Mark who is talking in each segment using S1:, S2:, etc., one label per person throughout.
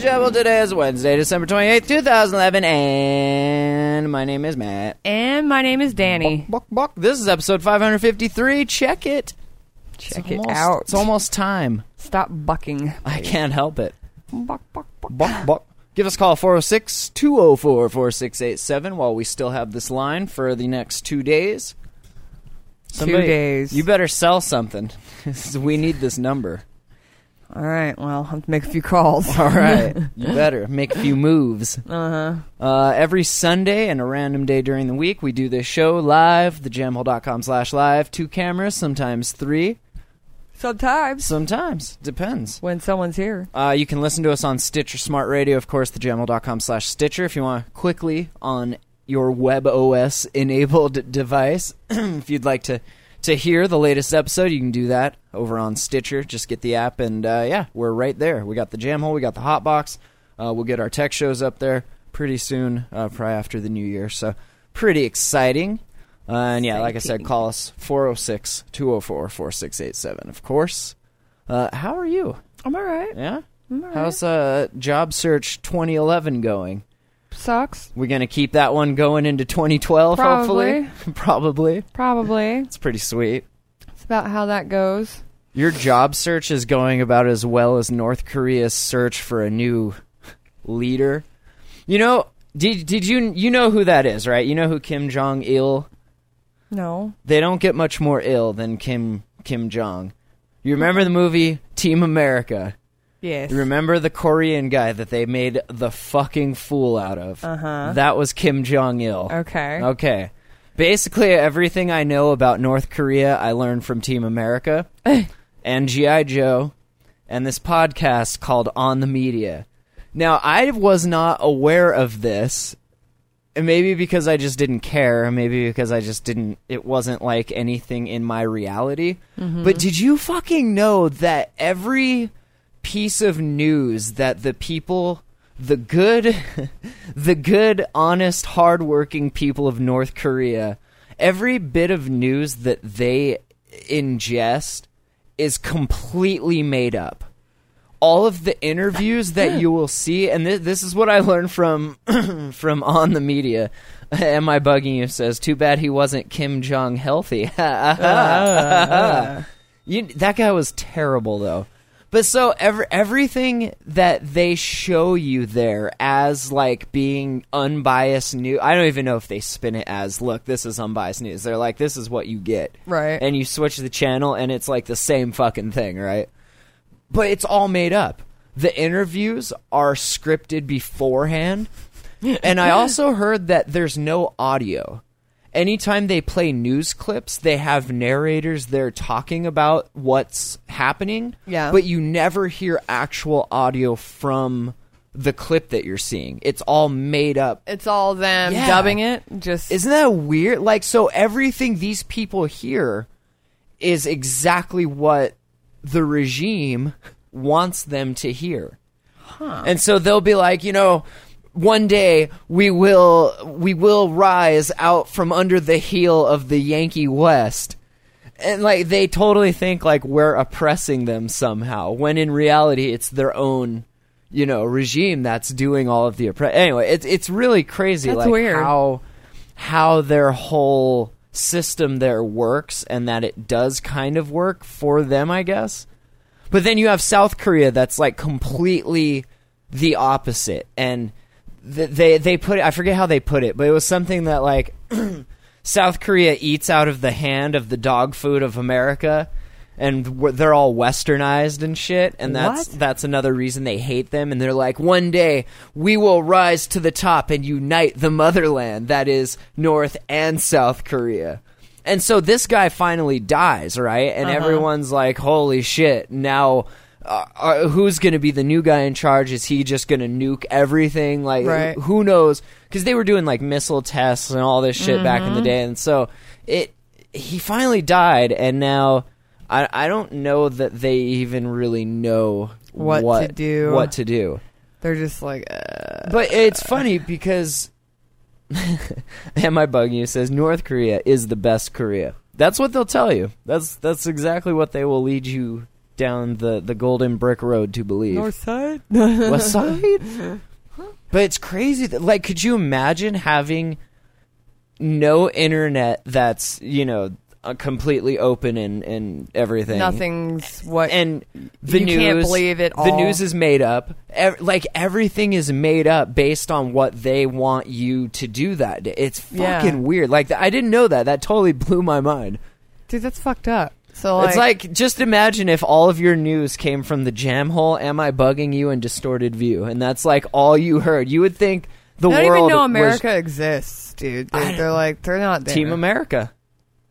S1: Trouble today is Wednesday, December 28th, 2011, and my name is Matt.
S2: And my name is Danny.
S1: Buck, buck. This is episode 553. Check it.
S2: Check
S1: It's
S2: it
S1: almost-
S2: out.
S1: It's almost time.
S2: Stop bucking.
S1: I can't help it.
S2: Buck, buck, buck.
S1: Buck, buck. Give us a call 406 204 4687 while we still have this line for the next two days. Somebody-
S2: days.
S1: You better sell something. we need this number.
S2: All right. Well, I'll have to make a few calls.
S1: All right. you better make a few moves. Uh-huh. Every Sunday and a random day during the week, we do this show live, thejamhole.com slash live. Two cameras, sometimes three,
S2: Sometimes
S1: sometimes. Depends.
S2: when someone's here.
S1: Uh, you can listen to us on Stitcher Smart Radio, of course, thejamhole.com slash Stitcher. If you want quickly on your web OS enabled device, if you'd like to to hear the latest episode, you can do that over on Stitcher. Just get the app, and uh, yeah, we're right there. We got the jam hole, we got the hot box. Uh, we'll get our tech shows up there pretty soon, uh, probably after the new year. So pretty exciting. Uh, and yeah, like I said, call us 406 204 4687, of course. Uh, how are you?
S2: I'm all right.
S1: Yeah. How's uh job search 2011 going?
S2: Sucks.
S1: We're gonna keep that one going into 2012, hopefully. Probably.
S2: Probably.
S1: It's pretty sweet.
S2: It's about how that goes.
S1: Your job search is going about as well as North Korea's search for a new leader. You know, did did you you know who that is, right? You know who Kim Jong Il.
S2: No.
S1: They don't get much more ill than Kim Kim Jong. You remember the movie Team America?
S2: Yes.
S1: You remember the Korean guy that they made the fucking fool out of? Uh-huh. That was Kim Jong Il.
S2: Okay.
S1: Okay. Basically, everything I know about North Korea, I learned from Team America and G.I. Joe and this podcast called On the Media. Now, I was not aware of this. and Maybe because I just didn't care. Maybe because I just didn't. It wasn't like anything in my reality. But did you fucking know that every piece of news that the people the good the good honest hardworking people of north korea every bit of news that they ingest is completely made up all of the interviews that you will see and thi- this is what i learned from from on the media am i bugging you says too bad he wasn't kim jong healthy You, that guy was terrible though. But so every, everything that they show you there as like being unbiased news, I don't even know if they spin it as look, this is unbiased news. They're like, this is what you get,
S2: Right.
S1: And you switch the channel, and it's like the same fucking thing, right? But it's all made up. The interviews are scripted beforehand, and I also heard that there's no audio anytime they play news clips, they have narrators there talking about what's happening.
S2: Yeah.
S1: But you never hear actual audio from the clip that you're seeing. It's all made up.
S2: It's all them
S1: Yeah.
S2: dubbing it. Just
S1: Isn't that weird? Like, so everything these people hear is exactly what the regime wants them to hear. And so they'll be like, you know, one day we will we will rise out from under the heel of the Yankee West. And like they totally think like we're oppressing them somehow, when in reality it's their own, you know, regime that's doing all of the oppress. Anyway, it's it's really crazy
S2: That's
S1: like
S2: weird.
S1: how how their whole system there works and that it does kind of work for them, I guess. But then you have South Korea that's like completely the opposite, and th- they they put it, I forget how they put it, but it was something that like South Korea eats out of the hand of the dog food of America, and w- they're all westernized and shit and that's
S3: What?
S1: that's another reason they hate them and they're like one day we will rise to the top and unite the motherland that is North and South Korea. And so this guy finally dies, right? And everyone's like, "Holy shit, now uh, uh, who's going to be the new guy in charge? Is he just going to nuke everything? Like,
S2: Right.
S1: who knows? Because they were doing like missile tests and all this shit back
S2: Mm-hmm.
S1: in the day, and so it. He finally died, and now I I don't know that they even really know
S2: What to do.
S1: What to do?
S2: They're just like, uh,
S1: But it's funny because. Am I bugging you? Says North Korea is the best Korea. That's what they'll tell you. That's that's exactly what they will lead you down the, the golden brick road to believe.
S2: North Side?
S1: West Side. but it's crazy that like could you imagine having no internet that's, you know, uh, completely open and and everything.
S2: Nothing's what.
S1: And the
S2: You
S1: news
S2: can't believe it
S1: The
S2: all.
S1: news is made up. Ev- like everything is made up based on what they want you to do that day. It's fucking
S2: Yeah.
S1: weird. Like I didn't know that. That totally blew my mind.
S2: dude, that's fucked up. So like,
S1: it's like just imagine if all of your news came from the jam hole. Am I bugging you? And distorted view, and that's like all you heard. You would think the
S2: I don't
S1: world
S2: even know
S1: was
S2: America exists, dude. They're, they're like, they're not there.
S1: Team America.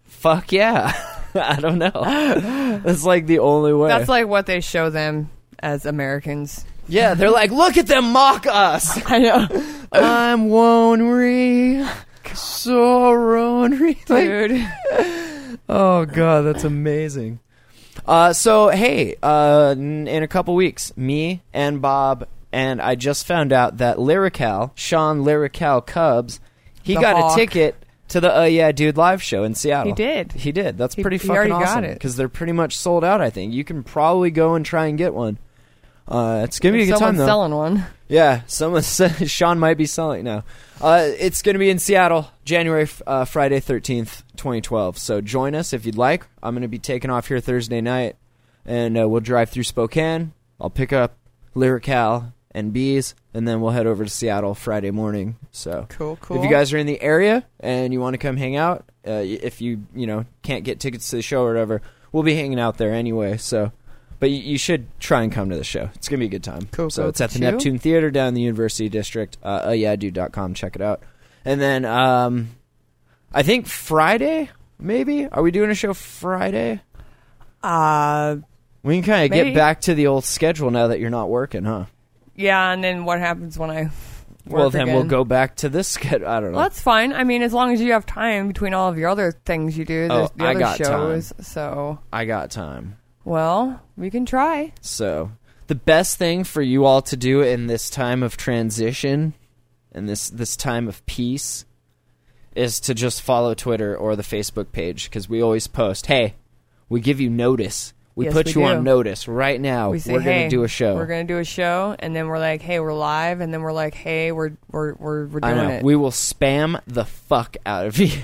S1: Fuck yeah. I don't know. That's like the only way.
S2: That's like what they show them as Americans.
S1: yeah, they're like, look at them mock us.
S2: I know,
S1: I'm Wonry. So Wonry. Like,
S2: dude.
S1: oh god, that's amazing. Uh, so hey, uh, n- in a couple weeks, me and Bob and I just found out that Lyrical, Sean Lyrical Cubs, he
S2: The
S1: got
S2: Hawk.
S1: a ticket to the Oh Yeah Dude live show in Seattle.
S2: He did.
S1: He did. That's
S2: He-
S1: pretty
S2: he
S1: fucking
S2: already got
S1: awesome
S2: it.
S1: because they're pretty much sold out. I think you can probably go and try and get one. Uh, it's gonna be a good time
S2: Someone's
S1: though.
S2: selling one.
S1: Yeah, someone said Sean might be selling now. Uh, it's going to be in Seattle, January f- uh, Friday thirteenth, twenty twelve. So join us if you'd like. I'm going to be taking off here Thursday night, and uh, we'll drive through Spokane. I'll pick up Lyrical and Bees, and then we'll head over to Seattle Friday morning. So
S2: Cool,
S1: If
S2: cool.
S1: you guys are in the area and you want to come hang out, uh, y- if you you know can't get tickets to the show or whatever, we'll be hanging out there anyway. So. But you, you should try and come to the show. It's gonna be a good time.
S2: Cool,
S1: So
S2: cool.
S1: it's at the
S2: Chill.
S1: Neptune Theater down in the University District. Uh, uh yeah, com. Check it out. And then um, I think Friday maybe are we doing a show Friday?
S2: Uh,
S1: We can kind of get
S2: Maybe.
S1: back to the old schedule now that you're not working, huh?
S2: yeah, and then what happens when I? Work
S1: well, then we'll
S2: again?
S1: go back to this schedule. I don't know.
S2: Well, that's fine. I mean, as long as you have time between all of your other things you do, the,
S1: Oh,
S2: the
S1: I
S2: other
S1: got
S2: shows. So,
S1: I got time.
S2: well, we can try.
S1: So, the best thing for you all to do in this time of transition and this this time of peace is to just follow Twitter or the Facebook page because we always post, "Hey, we give you notice. We
S2: Yes,
S1: put
S2: we
S1: you on
S2: do.
S1: notice right now.
S2: We say,
S1: are
S2: hey,
S1: to Oh, do a show.
S2: We're going to do a show, and then we're like, hey, we're live, and then we're like, hey, we're we're we're, we're
S1: I
S2: doing
S1: know.
S2: it.
S1: We will spam the fuck out of you.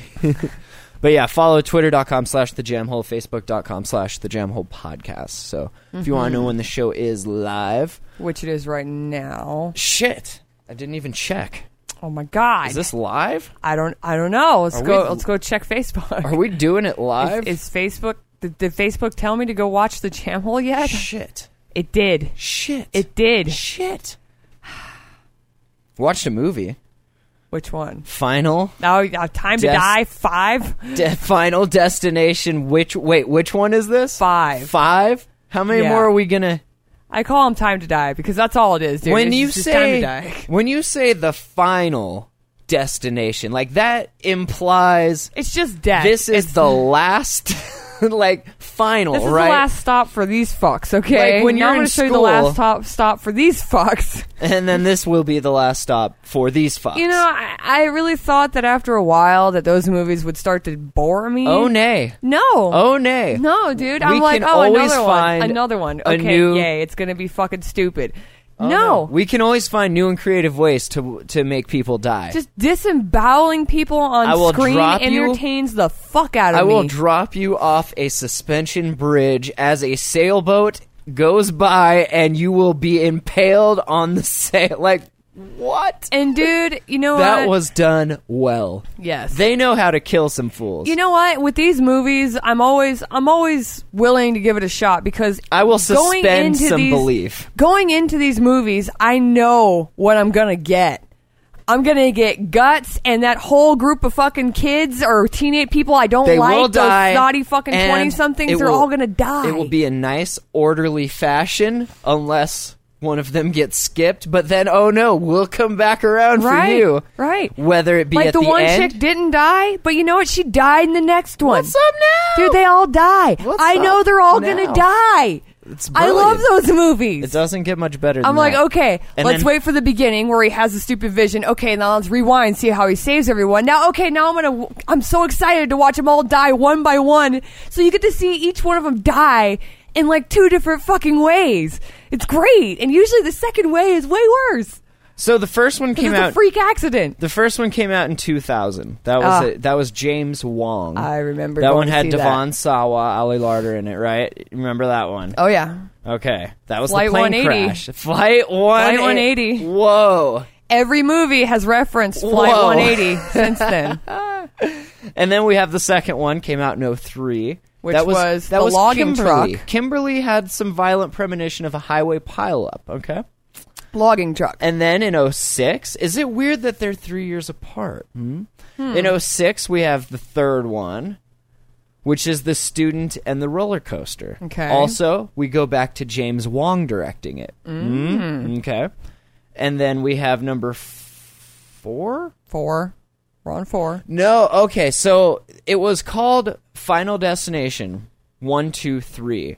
S1: but yeah, follow twitter.com slash the jamhole, facebook.com slash the jamhole podcast. So if you want
S2: Mm-hmm.
S1: to know when the show is live,
S2: Which it is right now.
S1: shit, I didn't even check.
S2: Oh my god!
S1: Is this live?
S2: I don't I don't know. Let's
S1: Are
S2: go.
S1: we-
S2: let's go check Facebook.
S1: Are we doing it
S2: Is,
S1: live?
S2: is Facebook? Did, did Facebook tell me to go watch the jam hole yet?
S1: shit.
S2: It did.
S1: Shit.
S2: It did.
S1: shit. Watched a movie.
S2: Which one?
S1: Final
S2: Oh, yeah, time to
S1: Des-
S2: die. Five.
S1: de- Final Destination. Which wait, which one is this?
S2: Five.
S1: Five? How many
S2: Yeah.
S1: more are we gonna
S2: I call him time to die because that's all it is, dude.
S1: when
S2: It's
S1: you
S2: just
S1: say
S2: time to die.
S1: when you say the final destination, like that implies
S2: It's just death.
S1: this is
S2: It's-
S1: the last like final,
S2: This is
S1: right?
S2: the last stop for these fucks, okay?
S1: Like, when
S2: Now
S1: you're
S2: I'm gonna
S1: in
S2: show you the
S1: school-
S2: last stop stop for these fucks.
S1: And then this will be the last stop for these fucks.
S2: You know, I, I really thought that after a while that those movies would start to bore me.
S1: Oh nay.
S2: no.
S1: Oh nay.
S2: No, dude.
S1: We
S2: I'm like,
S1: can
S2: oh,
S1: always
S2: another
S1: find
S2: one. Another one.
S1: a
S2: Okay,
S1: new- Oh,
S2: yay. It's going to be fucking stupid. no.
S1: We can always find new and creative ways to to make people die.
S2: Just disemboweling people on
S1: I will
S2: screen
S1: drop you-
S2: entertains the fuck out of
S1: I
S2: me.
S1: will drop you off a suspension bridge as a sailboat goes by and you will be impaled on the sail like What?
S2: And dude, you know
S1: That
S2: what?
S1: was done well.
S2: yes.
S1: They know how to kill some fools.
S2: you know what? With these movies, I'm always I'm always willing to give it a shot because
S1: I will
S2: going
S1: suspend
S2: into
S1: some
S2: these-
S1: belief.
S2: Going into these movies, I know what I'm gonna get. I'm gonna get guts, and that whole group of fucking kids or teenage people I don't
S1: They
S2: like,
S1: will die.
S2: those naughty fucking
S1: and
S2: twenty somethings,
S1: it
S2: they're
S1: will-
S2: all gonna die.
S1: It will be a nice, orderly fashion, unless one of them gets skipped. But then, oh no, we'll come back around
S2: Right,
S1: for you.
S2: right.
S1: Whether it be
S2: like
S1: at
S2: the,
S1: the,
S2: one
S1: end.
S2: chick didn't die, but you know what? She died in the next one.
S1: What's up now?
S2: Dude, they all die.
S1: What's
S2: I know
S1: up
S2: they're all
S1: now?
S2: gonna die.
S1: It's
S2: I love
S1: brilliant.
S2: those movies.
S1: It doesn't get much better. Than
S2: I'm like,
S1: that.
S2: okay,
S1: And
S2: let's
S1: then-
S2: wait for the beginning where he has the stupid vision. Okay, now let's rewind, see how he saves everyone. Now, okay, now I'm gonna, I'm so excited to watch them all die one by one. So you get to see each one of them die in like two different fucking ways. It's great, and usually the second way is way worse.
S1: So the first one
S2: 'Cause
S1: came
S2: it's
S1: out.
S2: a freak accident.
S1: The first one came out in 2000. That was
S2: Ah.
S1: it. That was James Wong.
S2: I remember
S1: that
S2: going
S1: one
S2: to
S1: had
S2: see that.
S1: Devon Sawa, Ali Larder in it, right? Remember that one?
S2: Oh yeah,
S1: Okay, that was
S2: Flight
S1: the plane
S2: 180.
S1: crash. Flight one.
S2: 180.
S1: Whoa!
S2: every movie has referenced Flight
S1: Whoa.
S2: 180 since then,
S1: And then we have the second one. Came out in 03.
S2: Which
S1: that was,
S2: was
S1: that
S2: the
S1: was
S2: logging
S1: Kimberly.
S2: truck.
S1: Kimberly had some violent premonition of a highway pileup. Okay,
S2: logging truck.
S1: and then in 06, is it weird that they're three years apart? Hmm? In 06, we have the third one, which is the student and the roller coaster.
S2: Okay.
S1: Also, we go back to James Wong directing it. Mm. Okay, and then we have number f- four.
S2: Four, we're on four.
S1: No, okay, so it was called Final Destination One, Two, Three.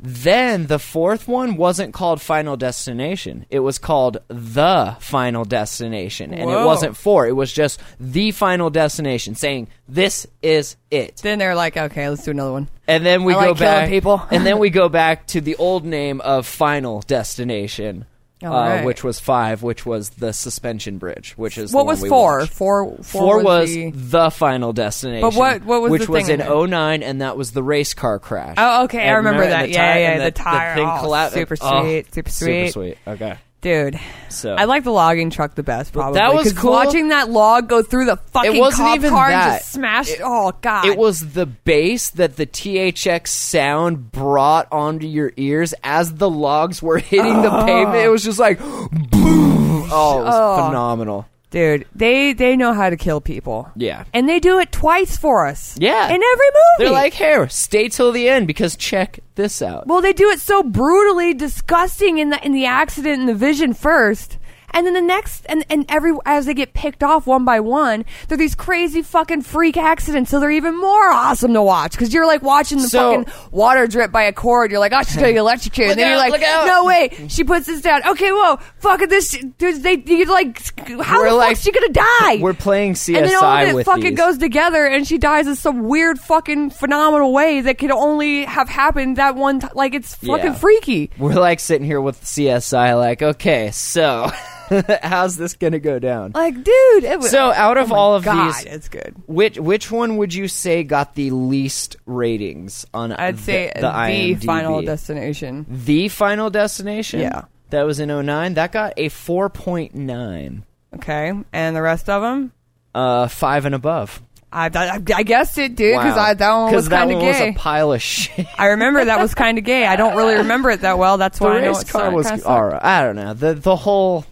S1: Then the fourth one wasn't called Final Destination. It was called The Final Destination. And it
S2: Whoa.
S1: wasn't four, it was just The Final Destination, saying, This is it.
S2: Then they're like, okay, let's do another one.
S1: And then we
S2: I
S1: go
S2: like killing
S1: back,
S2: people.
S1: and then we go back to the old name of Final Destination, uh,
S2: All right.
S1: which was five, which was the suspension bridge, which is the
S2: What
S1: one
S2: was
S1: we
S2: four?
S1: watched.
S2: Four. Four,
S1: Four was,
S2: the-
S1: the final destination.
S2: But what- what was
S1: which
S2: the
S1: was
S2: thing
S1: in
S2: in it?
S1: 09, and that was the race car crash.
S2: Oh, okay, I
S1: And
S2: remember that.
S1: and
S2: Yeah,
S1: tire-
S2: yeah,
S1: and
S2: the tire.
S1: thing
S2: Oh,
S1: collapsed.
S2: super
S1: Oh,
S2: sweet, super
S1: super
S2: sweet.
S1: sweet. Okay,
S2: dude.
S1: So-
S2: I like the logging truck the best. Probably
S1: that was
S2: 'cause
S1: cool.
S2: Watching that log go through the fucking
S1: wasn't
S2: cop
S1: even
S2: car
S1: that.
S2: and just smash. oh god,
S1: it was the bass that the THX sound brought onto your ears as the logs were hitting
S2: Oh.
S1: the pavement. It was just like boom. Oh, it was phenomenal.
S2: dude. They they know how to kill people.
S1: Yeah.
S2: and they do it twice for us.
S1: Yeah,
S2: in every movie.
S1: they're like, "Here, stay till the end because check this out."
S2: well, they do it so brutally disgusting in the in the accident and the vision first. And then the next, and, and every as they get picked off one by one, they're these crazy fucking freak accidents. So they're even more awesome to watch because you're like watching the
S1: So-
S2: fucking water drip by a cord. You're like, oh, she's gonna get electrocuted. and then
S1: Look out, look
S2: you're like,
S1: out.
S2: no way, she puts this down. Okay, whoa, fuck it, this. sh- Dude, they you like, how
S1: We're
S2: the
S1: like-
S2: fuck's she gonna die?
S1: We're playing
S2: and then all
S1: CSI
S2: of it
S1: with
S2: fucking
S1: these.
S2: goes together and she dies in some weird fucking phenomenal way that could only have happened that one time like it's fucking
S1: Yeah.
S2: freaky
S1: We're like sitting here with CSI, like, okay, so how's this gonna go down?
S2: like dude it was
S1: So, out of
S2: oh my
S1: all of
S2: God,
S1: these-
S2: it's good
S1: Which which one would you say got the least ratings on?
S2: i'd
S1: the,
S2: say
S1: the,
S2: the,
S1: IMDb?
S2: final destination
S1: The final destination.
S2: Yeah.
S1: that was in 09. That got a four point nine,
S2: okay and the rest of them
S1: uh, five and above.
S2: I, I, I guessed it, dude, because
S1: Wow.
S2: I that one was
S1: 'Cause that
S2: kind of
S1: one was
S2: gay.
S1: a pile of shit.
S2: I remember that was kind of gay. I don't really remember it that well. That's
S1: the
S2: why I know
S1: race
S2: it's
S1: car was
S2: kind
S1: all right. I don't know. The the whole,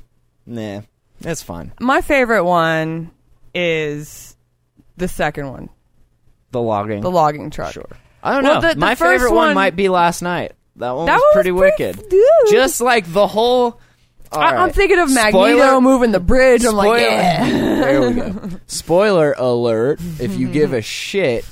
S1: nah, it's fine.
S2: My favorite one is the second one,
S1: The logging.
S2: the logging truck.
S1: Sure. I don't
S2: Well,
S1: know.
S2: the- the
S1: My
S2: first
S1: favorite one,
S2: one-
S1: might be last night. That one
S2: That
S1: was
S2: one was
S1: pretty
S2: pretty-
S1: wicked.
S2: dude.
S1: Just like the whole.
S2: I, I'm
S1: Alright.
S2: thinking of Magneto
S1: Spoiler-
S2: moving the bridge. I'm
S1: Spoiler.
S2: like, yeah.
S1: there we go. Spoiler alert! If you give a shit,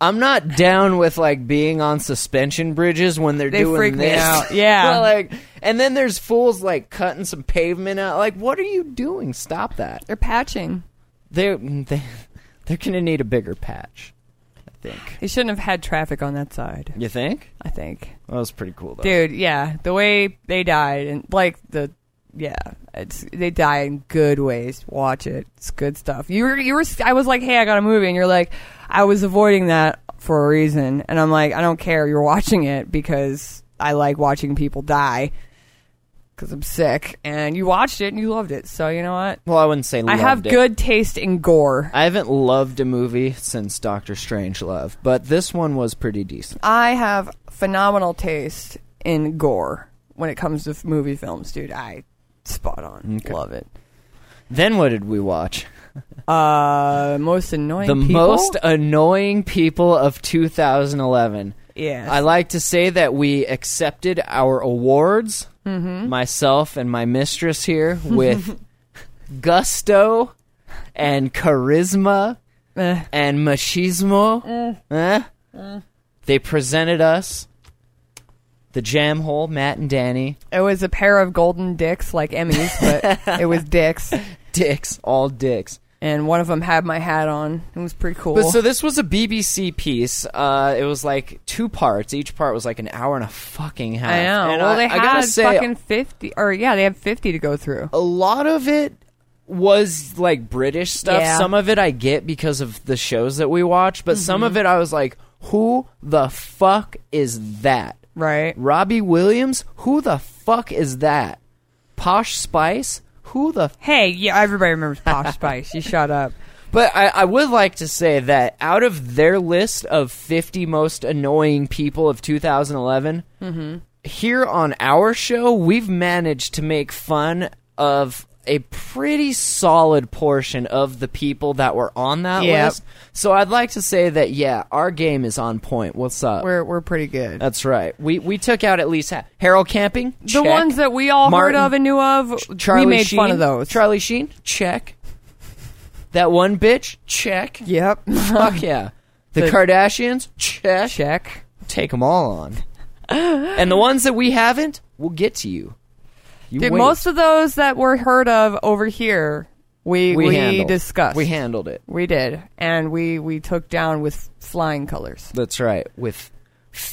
S1: I'm not down with like being on suspension bridges when they're
S2: They
S1: doing
S2: freak me
S1: this.
S2: out. Yeah.
S1: They're like, and then there's fools like cutting some pavement out. Like, what are you doing? Stop that!
S2: They're patching.
S1: They're they, they're gonna need a bigger patch. I think.
S2: They shouldn't have had traffic on that side.
S1: You think?
S2: I think,
S1: That was pretty cool though.
S2: dude. Yeah, the way they died and like the yeah, it's they die in good ways. Watch it; it's good stuff. You were you were. I was like, hey, I got a movie, and you're like, I was avoiding that for a reason, and I'm like, I don't care. You're watching it because I like watching people die. because I'm sick. And you watched it and you loved it. So you know what?
S1: Well, I wouldn't say
S2: I
S1: loved
S2: have
S1: it.
S2: good taste in gore.
S1: I haven't loved a movie since Doctor Strange Love, but this one was pretty decent.
S2: I have phenomenal taste in gore when it comes to f- movie films, dude. I spot on. Love it.
S1: Then what did we watch?
S2: Uh, most annoying.
S1: The
S2: people?
S1: most annoying people of 2011.
S2: Yes.
S1: I like to say that we accepted our awards,
S2: Mm-hmm.
S1: myself and my mistress here, with gusto and charisma
S2: Eh.
S1: and machismo. Eh? They presented us the jam hole, Matt and Danny,
S2: It was a pair of golden dicks, like Emmys, but it was dicks,
S1: dicks, all dicks.
S2: and one of them had my hat on. It was pretty cool.
S1: But so this was a BBC piece. Uh, it was like two parts. Each part was like an hour and a fucking half.
S2: I know.
S1: And
S2: well,
S1: I,
S2: they
S1: I
S2: had
S1: gotta say, Oh.
S2: fucking fifty, or yeah, they had fifty to go through.
S1: a lot of it was like British stuff.
S2: Yeah.
S1: Some of it I get because of the shows that we watch, but some of it I was like, who the fuck is that?
S2: Right.
S1: Robbie Williams? Who the fuck is that? Posh Spice? Who the
S2: Hey, yeah, everybody remembers Posh Spice. You shut up.
S1: But I, I would like to say that out of their list of 50 most annoying people of 2011, here on our show, we've managed to make fun of a pretty solid portion of the people that were on that
S2: Yep.
S1: list. So I'd like to say that, yeah, our game is on point. What's up?
S2: We're we're pretty good.
S1: That's right. We we took out at least half. Harold Camping.
S2: the ones that we all
S1: Martin,
S2: heard of and knew of,
S1: Charlie
S2: we made
S1: Sheen,
S2: fun of those.
S1: Charlie Sheen. Check. That one bitch. Check.
S2: yep.
S1: Fuck yeah. The,
S2: The-
S1: Kardashians, check.
S2: Check.
S1: Take them all on. and the ones that we haven't, we'll get to you. You
S2: Dude,
S1: wait.
S2: most of those that were heard of over here, we we,
S1: handled.
S2: discussed.
S1: We handled it.
S2: We did, and we we took down with flying colors.
S1: That's right. With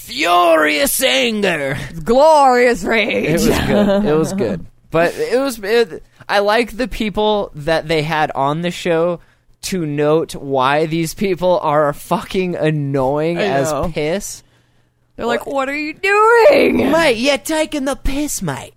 S1: furious anger.
S2: Glorious rage.
S1: It was good. It was good. But it was. It, I like the people that they had on the show to note why these people are fucking annoying
S2: I
S1: as
S2: know.
S1: piss.
S2: They're like, "What are you doing?"
S1: Mate, you're taking the piss, mate.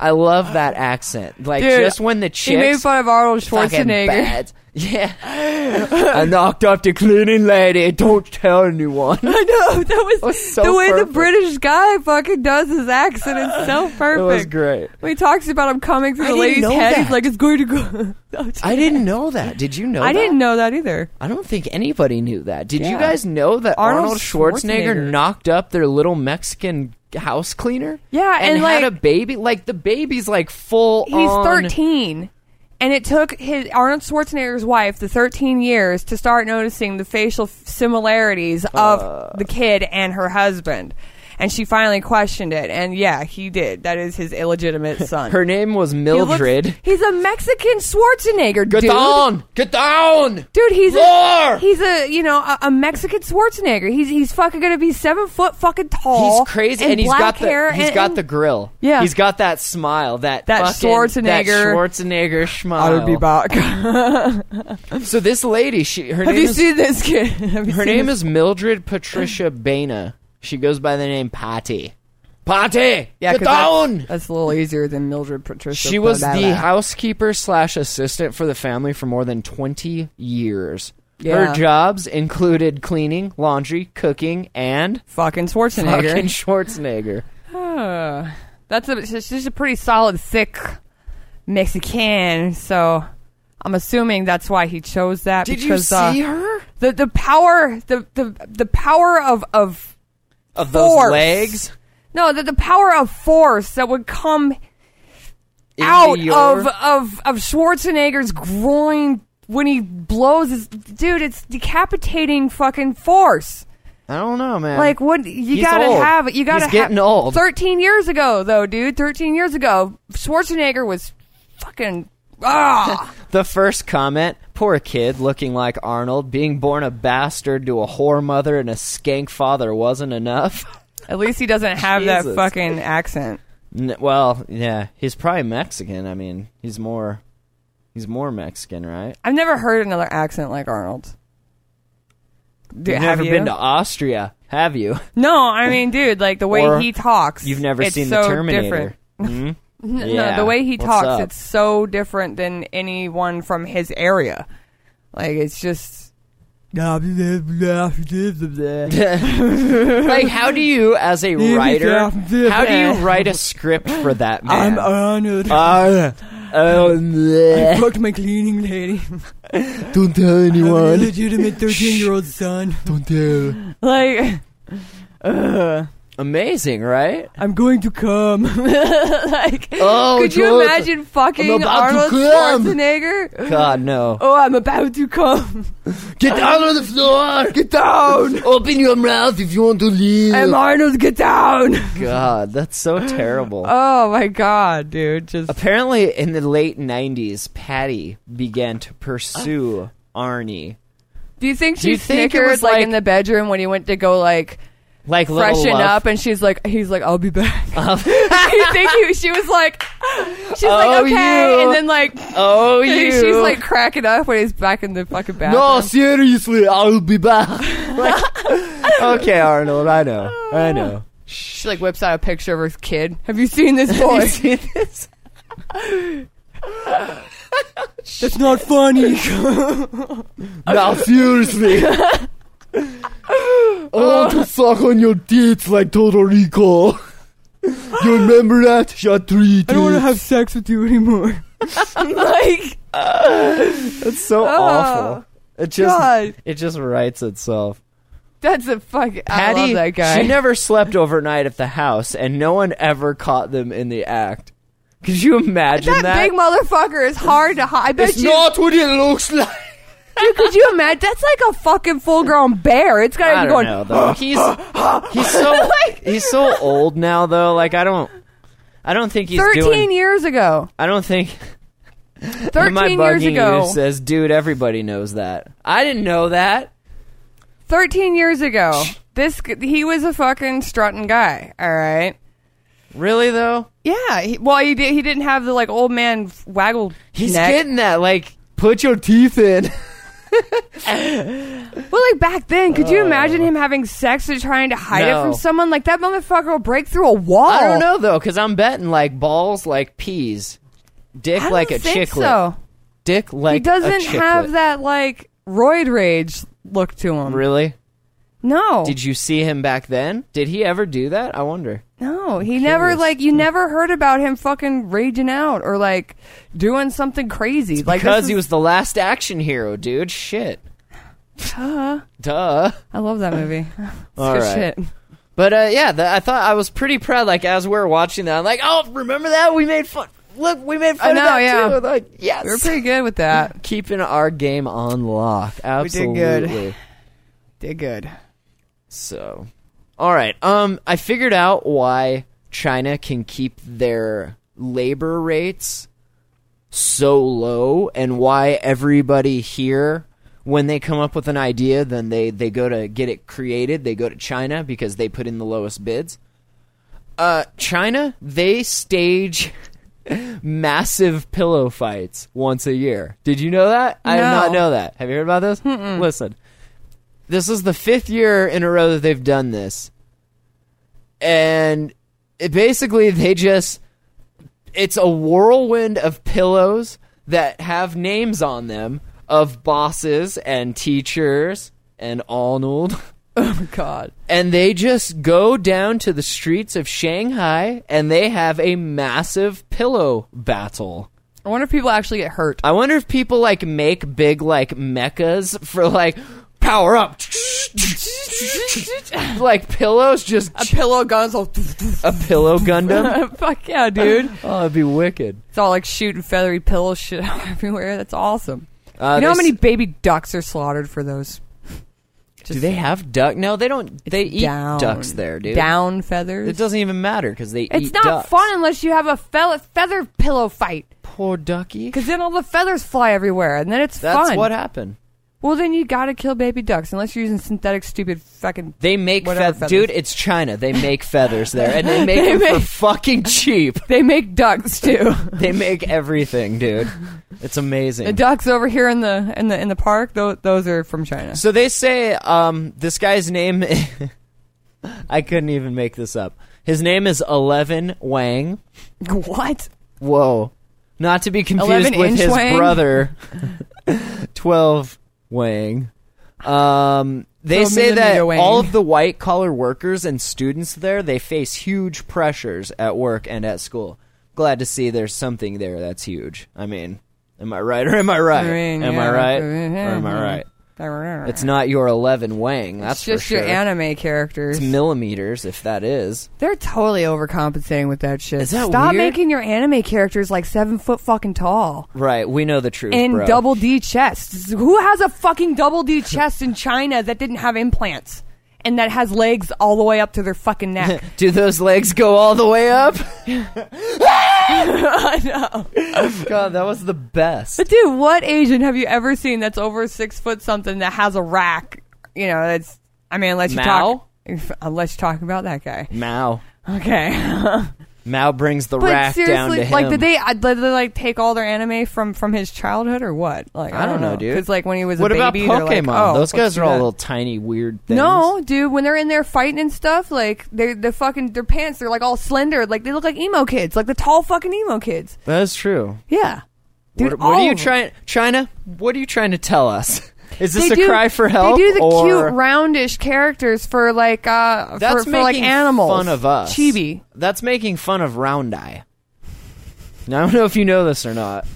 S1: I love that accent. Like
S2: Dude,
S1: just when the
S2: She made
S1: chicks
S2: fun of Arnold
S1: fucking
S2: Schwarzenegger.
S1: bad. Yeah. I knocked up the cleaning lady. Don't tell anyone.
S2: I know that was,
S1: was so
S2: the way
S1: perfect.
S2: the British guy fucking does his accent is so perfect.
S1: It was great.
S2: When he talks about him coming through
S1: I
S2: the
S1: didn't
S2: lady's
S1: know
S2: head,
S1: that.
S2: he's like, "It's going to go." Oh,
S1: I didn't know that. Did you know
S2: I
S1: that?
S2: didn't know that either.
S1: I don't think anybody knew that. Did you
S2: Yeah.
S1: guys know that Arnold,
S2: Arnold
S1: Schwarzenegger,
S2: Schwarzenegger.
S1: knocked up their little Mexican house cleaner?
S2: Yeah,
S1: and,
S2: and,
S1: had
S2: like-
S1: a baby. Like the baby's like full.
S2: He's
S1: on-
S2: 13. And it took his Arnold Schwarzenegger's wife the 13 years to start noticing the facial f- similarities of
S1: Uh.
S2: the kid and her husband. And she finally questioned it. And yeah, he did. That is his illegitimate son.
S1: Her name was
S2: He looks-
S1: Mildred.
S2: he's a Mexican Schwarzenegger,
S1: Get
S2: dude.
S1: down! Get down!
S2: Dude, he's
S1: Roar!
S2: a, he's a you know a, a Mexican Schwarzenegger. He's he's fucking gonna be seven foot fucking tall.
S1: He's crazy, and,
S2: and,
S1: he's
S2: black
S1: got the
S2: hair
S1: he's
S2: and-
S1: got the grill.
S2: Yeah.
S1: he's got that smile, that
S2: That
S1: fucking, that
S2: Schwarzenegger-
S1: Schwarzenegger smile.
S2: I would be back.
S1: So this lady, she her
S2: Have
S1: name
S2: you
S1: is,
S2: seen this kid? Have you
S1: her
S2: seen
S1: name
S2: this-
S1: is Mildred Patricia Baina. She goes by the name Patty. Patty,
S2: Yeah,
S1: get
S2: 'cause that's-
S1: down.
S2: That's, a little easier than Mildred Patricia.
S1: She was the
S2: Padilla.
S1: housekeeper slash assistant for the family for more than 20 years. Her
S2: Yeah.
S1: jobs included cleaning, laundry, cooking, and
S2: fucking Schwarzenegger.
S1: fucking Schwarzenegger.
S2: Uh, that's a she's she's a pretty solid thick Mexican. So I'm assuming that's why he chose that.
S1: Did you
S2: because, uh,
S1: see her?
S2: the the power the the the power of of
S1: Of those
S2: force.
S1: legs?
S2: No, the, the power of force that would come
S1: into
S2: out
S1: your-
S2: of of of Schwarzenegger's groin when he blows his dude. It's decapitating fucking force.
S1: I don't know, man.
S2: Like what you
S1: He's
S2: gotta
S1: old.
S2: have it. You gotta
S1: He's getting
S2: ha-
S1: old.
S2: Thirteen years ago, though, dude. Thirteen years ago, Schwarzenegger was fucking ah.
S1: the first comment, poor kid looking like Arnold, being born a bastard to a whore mother and a skank father wasn't enough.
S2: At least he doesn't have
S1: Jesus.
S2: that fucking accent.
S1: N- well, yeah, he's probably Mexican. I mean, he's more he's more Mexican, right?
S2: I've never heard another accent like Arnold. Do,
S1: You've
S2: have
S1: never
S2: you?
S1: been to Austria, have you?
S2: No, I mean, dude, like the way
S1: Or
S2: he talks.
S1: You've never
S2: it's
S1: seen
S2: so
S1: the Terminator.
S2: Different.
S1: Mhm.
S2: N-
S1: Yeah.
S2: No, the way he
S1: What's
S2: talks,
S1: up?
S2: it's so different than anyone from his area. Like it's just
S1: like how do you as a writer
S2: yeah.
S1: how do you write a script for that man
S2: honored.
S1: Uh, oh, bleh.
S2: fucked my cleaning lady.
S1: don't tell anyone
S2: legitimate thirteen-year-old son.
S1: don't tell
S2: Like, uh,
S1: amazing right
S2: I'm going to come. like,
S1: Oh,
S2: could you
S1: God.
S2: imagine
S1: I'm
S2: fucking
S1: about to
S2: Arnold
S1: come.
S2: Schwarzenegger?
S1: god no
S2: Oh, I'm about to come.
S1: get down on the floor
S2: Get down.
S1: open your mouth if you want to leave
S2: I'm Arnold. Get down.
S1: god that's so terrible
S2: Oh my god, dude! Just
S1: Apparently, in the late 90s, Patty began to pursue Arnie.
S2: do you think
S1: Do
S2: she
S1: you think it
S2: snickered
S1: was
S2: like,
S1: like-
S2: in the bedroom when he went to go like
S1: Like, Little
S2: freshen
S1: Love. Uh-huh.
S2: up, and she's like, he's like, I'll be back. you think he, she was like, she's like,
S1: Oh,
S2: okay,
S1: you.
S2: and then like,
S1: Oh, you.
S2: she's like cracking up when he's back in the fucking bathroom.
S1: no, seriously, I'll be back. Like, okay, Arnold, I know. I know.
S2: She like whips out a picture of her kid. Have you seen this boy? That's not funny.
S1: No, seriously. I want to suck on your tits like Total Recall. You remember that? Shot three tits.
S2: sex with you anymore. like,
S1: It's so awful. It just,
S2: Ah, God.
S1: it just writes itself.
S2: that's a fucking. I love
S1: Patty,
S2: that guy.
S1: she never slept overnight at the house, and no one ever caught them in the act. Could you imagine
S2: that,
S1: that?
S2: big motherfucker is hard to hide. I bet
S1: it's
S2: you.
S1: not what it looks like.
S2: dude, could you imagine? That's like a fucking full-grown bear. It's got to
S1: I
S2: be
S1: don't
S2: going.
S1: know though. He's he's so he's so old now though. Like I don't I don't think he's
S2: Thirteen
S1: doing.
S2: years ago.
S1: I don't think.
S2: Thirteen
S1: Am I
S2: years
S1: bugging
S2: ago.
S1: you? Says dude. Everybody knows that. I didn't know that.
S2: 13 years ago. This g- he was a fucking strutting guy, all right?
S1: Really though.
S2: Yeah, he, well he did, he didn't have the like old man f- waggle
S1: He's
S2: neck.
S1: getting that. Like put your teeth in.
S2: Well, like back then, could you imagine him having sex and trying to hide
S1: Oh.
S2: it
S1: No.
S2: from someone? Like that motherfucker will break through a wall.
S1: I don't know though, because I'm betting like balls like peas, dick
S2: I don't
S1: like a
S2: think
S1: chicklet,
S2: so.
S1: dick like
S2: He doesn't
S1: a
S2: have
S1: chicklet.
S2: that like roid rage look to him.
S1: Really?
S2: No.
S1: Did you see him back then? Did he ever do that? I wonder.
S2: No, he never
S1: curious.
S2: like you never heard about him fucking raging out or like doing something crazy. like this
S1: because
S2: is-
S1: he was the last action hero, dude. Shit. Duh. Duh.
S2: I love that movie. It's
S1: All
S2: good
S1: right.
S2: shit.
S1: But uh, yeah, th- I thought I was pretty proud. Like as we were watching that, I'm like, oh, remember that? We made fun. Look, we made fun
S2: I know,
S1: of that
S2: yeah.
S1: too. Like, yes,
S2: We were pretty good with that.
S1: keeping our game on lock. Absolutely.
S2: did good. Did good.
S1: So, all right. Um, I figured out why China can keep their labor rates so low, and why everybody here, when they come up with an idea, then they they go to get it created. They go to China because they put in the lowest bids. Uh, China they stage massive pillow fights once a year. Did you know that? I did
S2: No.
S1: not know that. Have you heard about this? Listen. This is the fifth year in a row that they've done this. And it basically they just it's a whirlwind of pillows that have names on them of bosses and teachers and Arnold.
S2: God.
S1: And they just go down to the streets of Shanghai and they have a massive pillow battle.
S2: I wonder if people actually get hurt.
S1: I wonder if people like make big like mechas for like power up like pillows just
S2: A pillow gun's all.
S1: a pillow Gundam.
S2: Fuck yeah, dude.
S1: Oh, it'd be wicked.
S2: It's all like shooting feathery pillow shit everywhere. That's awesome.
S1: Uh,
S2: you know
S1: they
S2: how many
S1: s-
S2: baby ducks are slaughtered for those?
S1: do they have duck? No, they don't. They eat
S2: down.
S1: ducks there, dude.
S2: Down feathers.
S1: It doesn't even matter because they
S2: it's
S1: eat
S2: not
S1: ducks.
S2: fun unless you have a fella feather pillow fight.
S1: Poor ducky.
S2: Because then all the feathers fly everywhere, and then it's
S1: That's
S2: fun.
S1: what happened.
S2: well, then you gotta kill baby ducks, unless you're using synthetic, stupid fucking.
S1: They make
S2: Whatever
S1: feathers.
S2: feathers.
S1: Dude, it's China. They make feathers there, and they make
S2: They
S1: them for
S2: make-
S1: fucking cheap.
S2: They make ducks too.
S1: They make everything, dude. It's amazing.
S2: the ducks over here in the in the in the park, those, those are from China.
S1: So they say um, this guy's name. I couldn't even make this up. His name is Eleven Wang.
S2: What?
S1: Whoa. Not to be confused
S2: 11
S1: with
S2: inch
S1: his
S2: Wang?
S1: brother, 12 Wang. Um, they
S2: So
S1: say that
S2: millimeter Wang.
S1: all of the white collar workers and students there, they face huge pressures at work and at school. Glad to see there's something there that's huge. I mean, am I right or am I right?
S2: mean,
S1: am I
S2: yeah.
S1: right or am I right? It's not your 11 Wang, that's
S2: It's just
S1: for sure.
S2: your anime characters.
S1: it's millimeters, if that is.
S2: They're totally overcompensating with that shit.
S1: Is that
S2: Stop
S1: weird?
S2: making your anime characters like seven foot fucking tall
S1: Right, we know the truth,
S2: and
S1: bro.
S2: double D chests. Who has a fucking double D chest in China that didn't have implants and that has legs all the way up to their fucking neck?
S1: Do those legs go all the way up?
S2: I know.
S1: God, that was the best.
S2: But dude, what Asian have you ever seen that's over six foot something that has a rack? You know, that's I mean, unless you
S1: Mao?
S2: talk, unless you talk about that guy.
S1: Mao.
S2: Okay,
S1: Mao brings the
S2: but
S1: rack down to
S2: seriously,
S1: him.
S2: like did they, uh, did they like take all their anime from from his childhood or what? Like I,
S1: I don't know, dude.
S2: Because like when he was
S1: what
S2: a
S1: about
S2: baby, they're
S1: Pokemon?
S2: Like, oh,
S1: Those
S2: let's
S1: guys
S2: do
S1: are all
S2: that.
S1: little tiny weird things.
S2: No, dude, when they're in there fighting and stuff, like they the fucking their pants, they're like all slender, like they look like emo kids, like the tall fucking emo kids.
S1: that is true.
S2: Yeah, dude, oh.
S1: what, what
S2: all
S1: are you
S2: of them.
S1: trying, China? What are you trying to tell us? Is this
S2: they
S1: a
S2: do,
S1: cry for help?
S2: They do the
S1: or
S2: cute roundish characters for like uh for-
S1: that's
S2: for,
S1: making
S2: like animals.
S1: fun of us?
S2: Chibi.
S1: That's making fun of Round Eye. Now I don't know if you know this or not.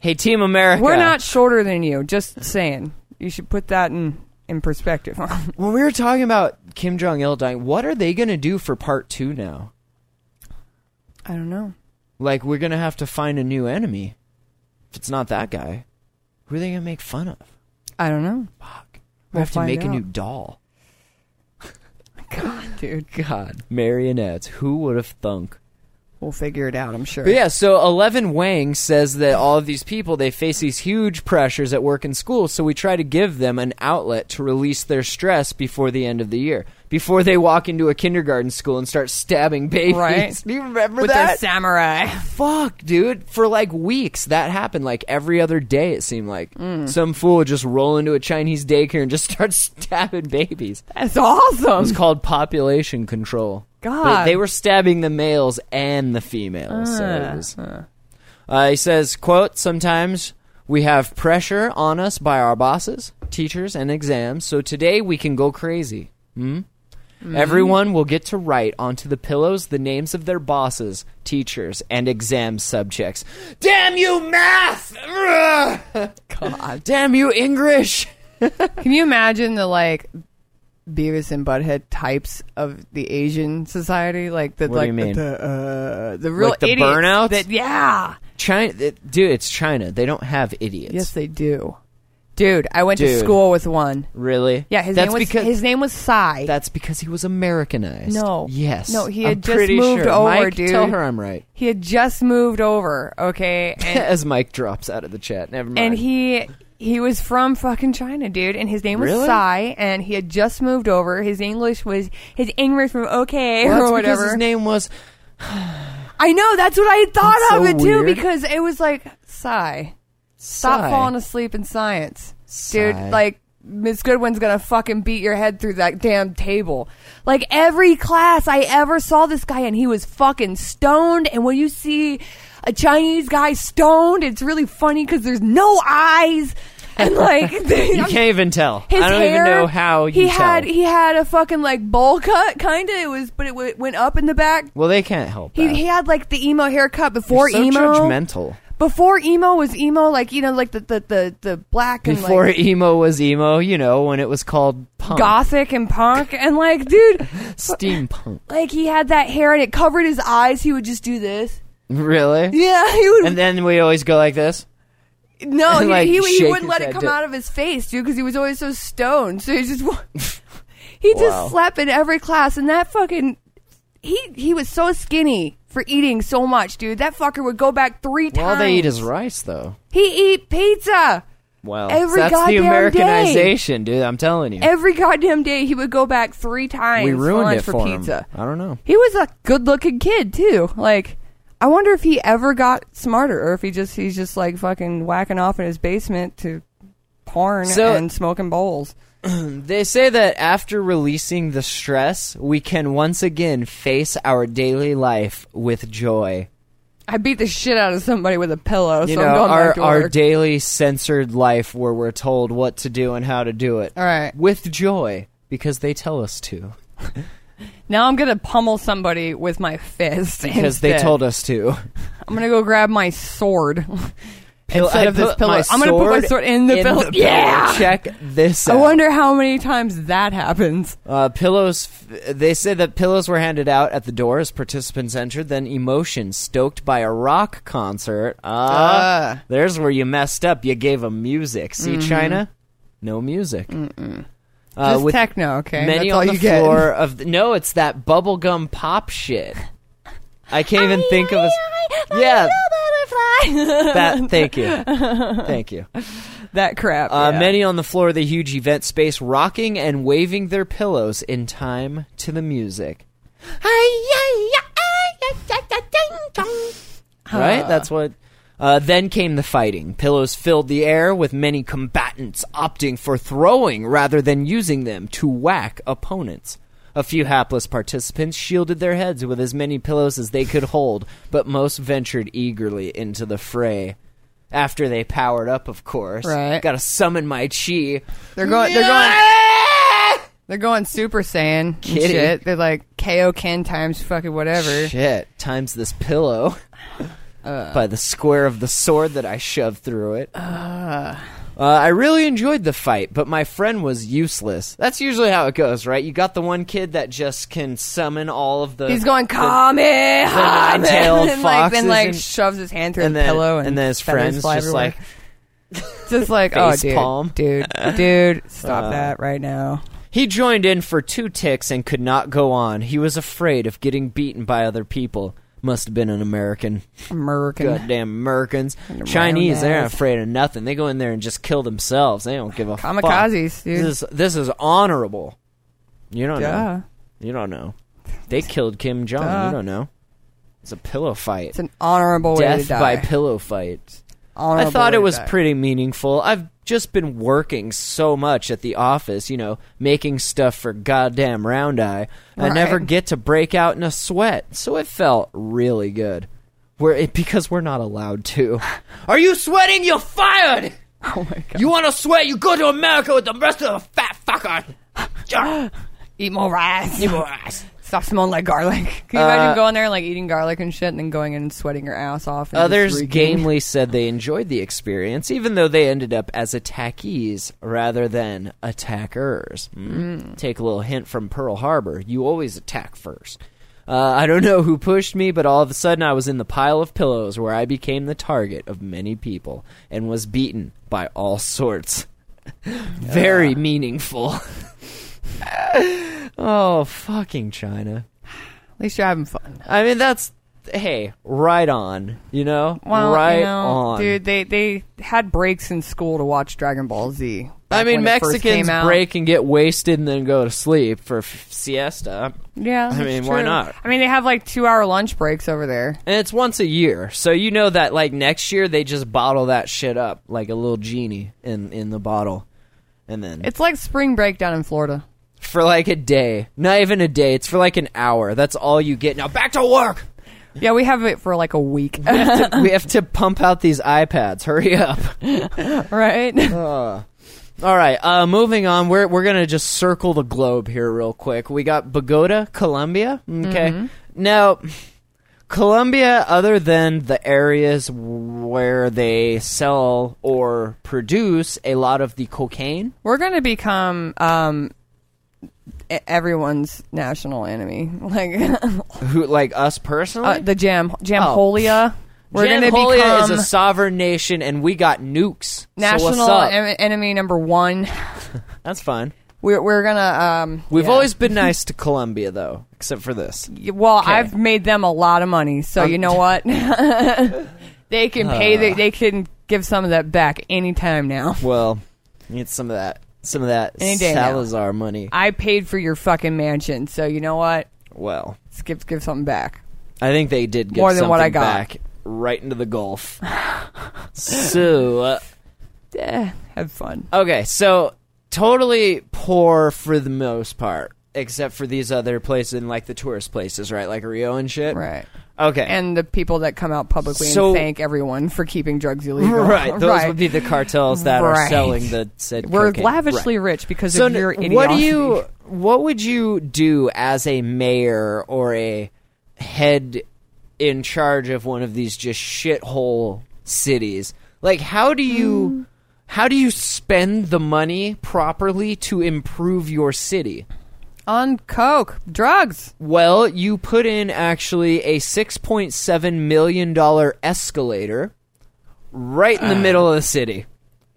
S1: Hey, Team America.
S2: We're not shorter than you, just saying. You should put that in in perspective.
S1: When we were talking about Kim Jong Il dying, what are they going to do for part two now?
S2: I don't know.
S1: Like we're gonna have to find a new enemy. If it's not that guy, who are they gonna make fun of?
S2: I don't know.
S1: Fuck. We
S2: We'll
S1: have to
S2: find
S1: make a
S2: out.
S1: new doll.
S2: God, dude.
S1: God, marionettes. Who would have thunk?
S2: We'll figure it out, I'm sure.
S1: But yeah, so Eleven Wang says that all of these people they face these huge pressures at work and school, so we try to give them an outlet to release their stress before the end of the year, before they walk into a kindergarten school and start stabbing babies.
S2: Right.
S1: Do you remember
S2: With
S1: that?
S2: their samurai.
S1: fuck, dude. For like weeks, that happened. Like every other day, it seemed like some fool would just roll into a Chinese daycare and just start stabbing babies. It's
S2: That's awesome.
S1: called population control.
S2: God.
S1: they, they were stabbing the males and the females. so it was- Uh, he says, "quote Sometimes we have pressure on us by our bosses, teachers, and exams. So today we can go crazy." Hmm? Everyone will get to write onto the pillows the names of their bosses, teachers, and exam subjects. Damn you, math! God. Damn you, English!
S2: Can you imagine the like Beavis and Butthead types of the Asian society? Like the
S1: What do
S2: like
S1: you mean?
S2: the uh, the real
S1: Like the
S2: idiots
S1: burnouts?
S2: that- yeah.
S1: China, it- dude, it's China. They don't have idiots.
S2: Yes, they do. Dude, I went to
S1: Dude.
S2: school with one.
S1: really?
S2: Yeah, his
S1: that's
S2: name was
S1: because
S2: his name was Cy.
S1: that's because he was Americanized.
S2: No.
S1: Yes.
S2: No, he
S1: I'm
S2: had just
S1: pretty
S2: moved
S1: sure.
S2: over,
S1: Mike,
S2: dude.
S1: Tell her I'm right.
S2: he had just moved over, okay, and,
S1: As Mike drops out of the chat, never mind.
S2: and he he was from fucking China, dude, and his name was
S1: Really?
S2: Cy, and he had just moved over. His English was his English from okay
S1: Well, that's
S2: or
S1: because
S2: whatever.
S1: His name was
S2: I know that's what I had thought
S1: That's
S2: of
S1: so
S2: it too
S1: weird.
S2: because it was like Cy, stop
S1: Cy.
S2: falling asleep in science,
S1: Cy.
S2: dude. Like. Miss Goodwin's gonna fucking beat your head through that damn table. Like every class I ever saw this guy and he was fucking stoned. And when you see a Chinese guy stoned, it's really funny because there's no eyes. And like,
S1: You can't even tell.
S2: his
S1: I don't
S2: hair,
S1: even know how you
S2: he
S1: tell.
S2: had he had a fucking like bowl cut kind of. It was, but it w- went up in the back.
S1: well, they can't help.
S2: He,
S1: that.
S2: he had like the emo haircut before
S1: You're so
S2: emo.
S1: judgmental.
S2: Before emo was emo, like you know, like the the the, the black and
S1: Before
S2: like
S1: emo was emo, you know, when it was called punk,
S2: gothic and punk, and like dude,
S1: steampunk.
S2: like he had that hair and it covered his eyes. He would just do this.
S1: Really?
S2: Yeah, he would.
S1: And then we always go like this.
S2: no, he,
S1: like,
S2: he, he
S1: shake
S2: wouldn't
S1: his
S2: let
S1: head
S2: it come
S1: to-
S2: out of his face, dude, because he was always so stoned. So he just wa- he just
S1: Wow.
S2: slept in every class, and that fucking he he was so skinny for eating so much, dude. That fucker would go back three
S1: Well,
S2: times.
S1: all they eat is rice, though.
S2: he eat pizza.
S1: Wow,
S2: Every
S1: that's the
S2: goddamn
S1: Americanization, dude. I'm telling you,
S2: every goddamn day he would go back three times
S1: we
S2: for
S1: ruined
S2: lunch
S1: it
S2: for,
S1: for him.
S2: pizza.
S1: I don't know.
S2: He was a good looking kid too. Like I wonder if he ever got smarter or if he just he's just like fucking whacking off in his basement to porn
S1: So-
S2: and smoking bowls.
S1: They say that after releasing the stress, we can once again face our daily life with joy.
S2: I beat the shit out of somebody with a pillow,
S1: You
S2: so I'm
S1: know,
S2: going back
S1: our
S2: to
S1: our
S2: work.
S1: daily censored life where we're told what to do and how to do it.
S2: All right.
S1: With joy because they tell us to.
S2: now I'm gonna pummel somebody with my fist
S1: Because they
S2: instead.
S1: told us to.
S2: I'm gonna go grab my sword.
S1: Pill-
S2: Instead
S1: I
S2: of this
S1: put
S2: pillow-
S1: my
S2: I'm gonna put my sword in the pillow. Yeah!
S1: Check this
S2: I
S1: out.
S2: wonder how many times that happens.
S1: Uh, pillows. F- they said that pillows were handed out at the door as participants entered. Then emotion stoked by a rock concert. Ah, there's where you messed up. You gave them music. See, China, no music. Uh,
S2: Mm-hmm. Just
S1: with
S2: techno, okay?
S1: many
S2: That's all
S1: on the
S2: you get.
S1: floor of the, no, it's that bubblegum pop shit. I can't even think of a. yeah, that. Thank you, thank you.
S2: that crap.
S1: Uh,
S2: yeah.
S1: Many on the floor of the huge event space rocking and waving their pillows in time to the music. Right? That's what. Uh, then came the fighting. Pillows filled the air with many combatants opting for throwing rather than using them to whack opponents. A few hapless participants shielded their heads with as many pillows as they could hold, but most ventured eagerly into the fray. After they powered up, of course.
S2: Right.
S1: Gotta summon my chi.
S2: They're going. They're going. They're going Super Saiyan. and
S1: Kitty.
S2: Shit. They're like KO Ken times fucking whatever.
S1: Shit, times this pillow by the square of the sword that I shoved through it. Uh, I really enjoyed the fight, but my friend was useless. That's usually how it goes, right? You got the one kid that just can summon all of the.
S2: He's going
S1: the-
S2: Kame, and
S1: nine-tailed
S2: then like,
S1: foxes
S2: then like
S1: and-
S2: shoves his hand through
S1: and
S2: the
S1: then,
S2: pillow, and,
S1: and then his
S2: feathers
S1: friends
S2: fly
S1: just
S2: everywhere.
S1: like
S2: just like, oh,
S1: face
S2: dude,
S1: palm. Uh,
S2: dude, dude, stop that right now.
S1: He joined in for two ticks and could not go on. He was afraid of getting beaten by other people. Must have been an American.
S2: American.
S1: Goddamn Americans.
S2: Under
S1: Chinese,
S2: my own
S1: they're
S2: ass.
S1: afraid of nothing. They go in there and just kill themselves. They don't give a fuck.
S2: Kamikazes, dude.
S1: This is, this is honorable. You don't know.
S2: Duh.
S1: You don't know. They killed Kim Jong.
S2: Duh.
S1: You don't know. It's a pillow fight.
S2: It's an honorable way
S1: Death
S2: to die.
S1: by pillow fight.
S2: Honorable
S1: I thought
S2: way
S1: it
S2: to
S1: was
S2: die.
S1: pretty meaningful. I've just been working so much at the office, you know, making stuff for goddamn Round Eye. I
S2: Right.
S1: never get to break out in a sweat, so it felt really good. We're it, because we're not allowed to. Are you sweating? You're fired.
S2: Oh my god.
S1: You want to sweat? You go to America with the rest of the fat fuckers.
S2: eat more rice.
S1: You ass.
S2: Stop smelling like garlic. Can you
S1: Uh,
S2: imagine going there and like eating garlic and shit, and then going in and sweating your ass off? And just
S1: Others
S2: reeking?
S1: gamely said they enjoyed the experience, even though they ended up as attackees rather than attackers. Mm. Take a little hint from Pearl Harbor. You always attack first. Uh, I don't know who pushed me, but all of a sudden I was in the pile of pillows where I became the target of many people and was beaten by all sorts. Very meaningful. oh, fucking China.
S2: At least you're having fun.
S1: I mean, that's hey, right on. You know,
S2: Well,
S1: right
S2: you know,
S1: on,
S2: dude. They they had breaks in school to watch Dragon Ball Z.
S1: I
S2: back
S1: mean,
S2: when it first
S1: Mexicans
S2: came out.
S1: break and get wasted and then go to sleep for f- siesta,
S2: Yeah,
S1: I
S2: that's
S1: mean, why
S2: true.
S1: not?
S2: I mean, they have like two hour lunch breaks over there.
S1: and it's once a year. So you know that like next year they just bottle that shit up like a little genie in in the bottle, and then
S2: It's like spring break down in Florida.
S1: for like a day, not even a day. It's for like an hour. That's all you get. Now back to work.
S2: Yeah, we have it for like a week,
S1: we have to pump out these iPads. Hurry up.
S2: right?
S1: All right, uh, moving on. We're we're gonna just circle the globe here real quick. We got Bogota, Colombia. Okay,
S2: Mm-hmm.
S1: now Colombia, other than the areas where they sell or produce a lot of the cocaine,
S2: We're going to become um, e- everyone's national enemy, like
S1: who like us personally,
S2: uh, the jam Jamholia. We're going to
S1: Jamhuriya
S2: become
S1: Oh. is a sovereign nation, and we got nukes.
S2: national
S1: so what's up?
S2: en- enemy number one.
S1: That's fine.
S2: We're we're gonna. Um,
S1: We've
S2: yeah.
S1: always been nice to Colombia, though, except for this.
S2: Well, I've made them a lot of money, so
S1: Um,
S2: you know what? they can pay.
S1: Uh.
S2: They, they can give some of that back anytime now.
S1: Well, need some of that, some of that
S2: Any day now.
S1: Salazar money.
S2: I paid for your fucking mansion, so you know what?
S1: Well,
S2: Let's give give something back.
S1: I think they did get
S2: More than what
S1: something
S2: I got.
S1: back right into the Gulf. so, uh,
S2: eh, have fun.
S1: Okay, so totally poor for the most part, except for these other places, and like the tourist places, right? Like Rio and shit.
S2: Right.
S1: Okay.
S2: And the people that come out publicly
S1: So-
S2: and thank everyone for keeping drugs illegal.
S1: right, those would be the cartels that are
S2: Right.
S1: selling the said.
S2: We're
S1: cocaine.
S2: lavishly
S1: Right.
S2: rich because
S1: So
S2: of your
S1: n-
S2: idiocy.
S1: what do you? What would you do as a mayor or a head in charge of one of these just shithole cities? Like, how do
S2: Mm.
S1: you? How do you spend the money properly to improve your city?
S2: on coke, drugs?
S1: Well, you put in actually a $6.7 million escalator right in the middle of the city.
S2: Ah.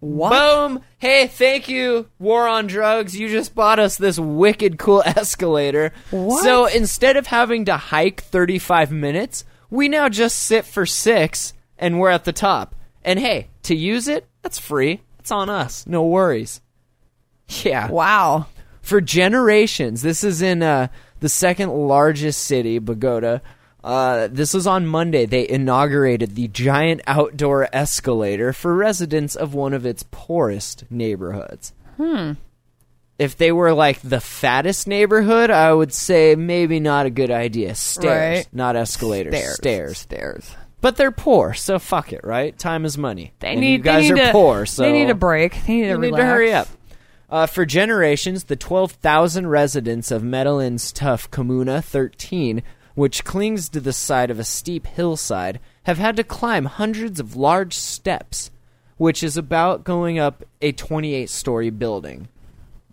S2: What?
S1: Boom! Hey, thank you, War on Drugs. You just bought us this wicked cool escalator.
S2: What?
S1: So instead of having to hike 35 minutes, we now just sit for six and we're at the top. And hey, to use it, that's free. It's on us. No worries. Yeah
S2: Wow.
S1: for generations. This is in uh, the second largest city, Bogota. Uh, this was on Monday. They inaugurated the giant outdoor escalator for residents of one of its poorest neighborhoods. Hmm. If they were like the fattest neighborhood, I would say maybe not a good idea. Stairs,
S2: Right.
S1: not escalators.
S2: Stairs.
S1: Stairs.
S2: Stairs.
S1: But they're poor, so fuck it, right? Time is money.
S2: They
S1: And
S2: need.
S1: you guys
S2: they need
S1: are
S2: to-
S1: poor, so
S2: they need a break. They need to
S1: you need
S2: relax.
S1: to hurry up. Uh, for generations, the 12,000 residents of Medellin's tough Comuna 13, which clings to the side of a steep hillside, have had to climb hundreds of large steps, which is about going up a 28 story building.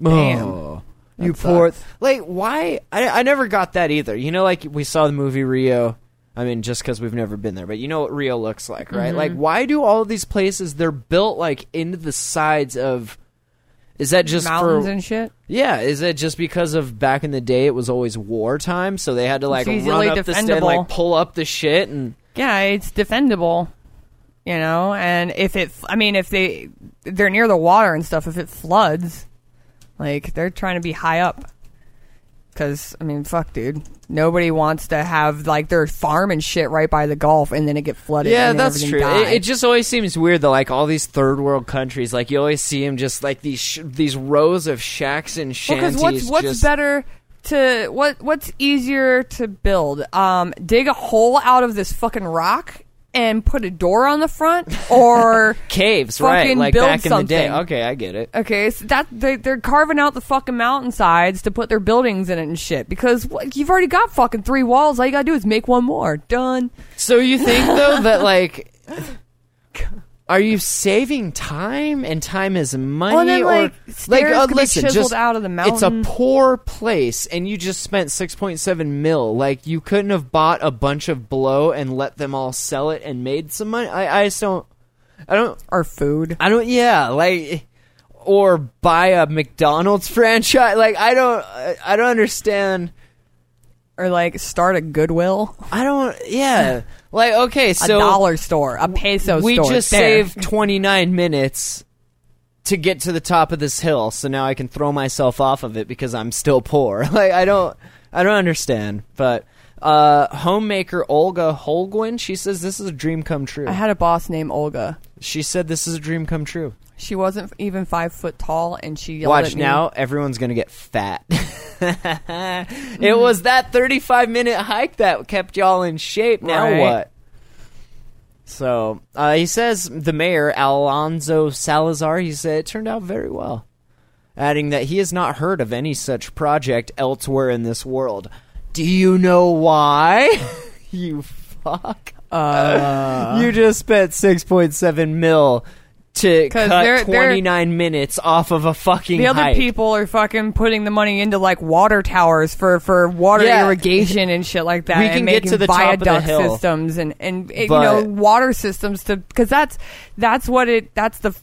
S2: Damn.
S1: Oh, you poor.
S2: sucks.
S1: Like, why? I, I never got that either. You know, like, we saw the movie Rio. I mean, just because we've never been there, but you know what Rio looks like,
S2: Mm-hmm.
S1: right? Like, why do all these places, they're built, like, into the sides of. Is that just
S2: Mountains
S1: for.
S2: and shit.
S1: yeah, is that just because of back in the day it was always wartime, so they had to, like,
S2: It's
S1: run
S2: easily
S1: up the st- and, like,
S2: defendable.
S1: pull up the shit and.
S2: Yeah, it's defendable. You know, and if it, I mean, if they they're near the water and stuff, if it floods, like they're trying to be high up. Because I mean, fuck, dude, nobody wants to have like their farm and shit right by the Gulf, and then it get flooded.
S1: Yeah,
S2: and then
S1: that's
S2: everything
S1: true.
S2: die.
S1: It, it just always seems weird though. Like all these third world countries, like you always see them just like these sh- these rows of shacks and
S2: because
S1: shanties.
S2: what's what's
S1: just-
S2: better to what what's easier to build um dig a hole out of this fucking rock and put a door on the front or
S1: Caves, right?
S2: fucking
S1: Like
S2: build
S1: back in the day.
S2: something.
S1: Okay, I get it.
S2: okay so that they, they're carving out the fucking mountainsides to put their buildings in it and shit because what, you've already got fucking three walls all you gotta do is make one more done
S1: So you think though that like. Are you saving time and time is money?
S2: Well, then,
S1: or uh,
S2: like, stairs could be
S1: listen,
S2: chiseled
S1: just-
S2: out of the
S1: It's a
S2: mountain.
S1: poor place, and you just spent six point seven mil. Like you couldn't have bought a bunch of blow and let them all sell it and made some money. I, I just don't. I don't.
S2: or food
S1: I don't. Yeah, like or buy a McDonald's franchise. Like I don't. I I don't understand.
S2: or like start a goodwill
S1: I don't. Yeah. Like okay,
S2: a
S1: so
S2: dollar store a peso
S1: we
S2: store
S1: just
S2: there.
S1: saved 29 minutes to get to the top of this hill, so now I can throw myself off of it because I'm still poor. Like I don't. I don't understand. But uh, homemaker Olga Holguin, she says this is a dream come true.
S2: i had a boss named olga
S1: she said this is a dream come true.
S2: she wasn't even five foot tall and she yelled
S1: Watch
S2: at me,
S1: now, everyone's gonna get fat. it was that 35 minute hike that kept y'all in shape. Now
S2: Right.
S1: what? So uh, he says the mayor Alonso Salazar. He said it turned out very well, adding that he has not heard of any such project elsewhere in this world. Do you know why? you fuck.
S2: Uh.
S1: you just spent 6.7 mil to
S2: 'Cause
S1: cut
S2: they're- they're-
S1: 29 minutes off of a fucking
S2: The other
S1: hike.
S2: people are fucking putting the money into like water towers for for water
S1: Yeah.
S2: irrigation and shit like that.
S1: We
S2: and
S1: can get
S2: making
S1: to the top of
S2: viaduct
S1: the hill.
S2: systems and and eh, you know
S1: But-
S2: water systems to because that's that's what it that's the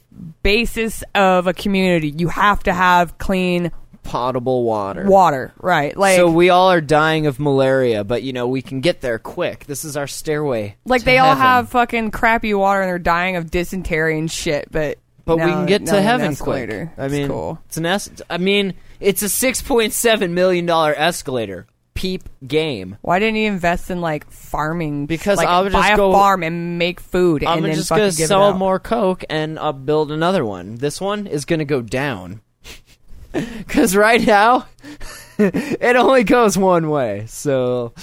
S2: basis of a community. You have to have clean
S1: potable water.
S2: water, right? Like
S1: so we all are dying of malaria, but you know we can get there quick. This is our stairway.
S2: like
S1: to
S2: they all
S1: heaven.
S2: have fucking crappy water and they're dying of dysentery and shit, but.
S1: but we
S2: now-
S1: can get
S2: now
S1: to
S2: an
S1: heaven quick.
S2: escalator.
S1: I
S2: It's
S1: mean,
S2: cool.
S1: it's an es- I mean, it's a six point seven million dollar escalator. peep game.
S2: Why didn't he invest in like farming?
S1: Because
S2: like,
S1: I would
S2: buy
S1: just
S2: a
S1: go-
S2: farm and make food,
S1: I'm
S2: and then
S1: just
S2: fucking
S1: gonna
S2: give it
S1: sell
S2: out.
S1: more coke and I'll build another one. This one is gonna go down. Cause right now it only goes one way. So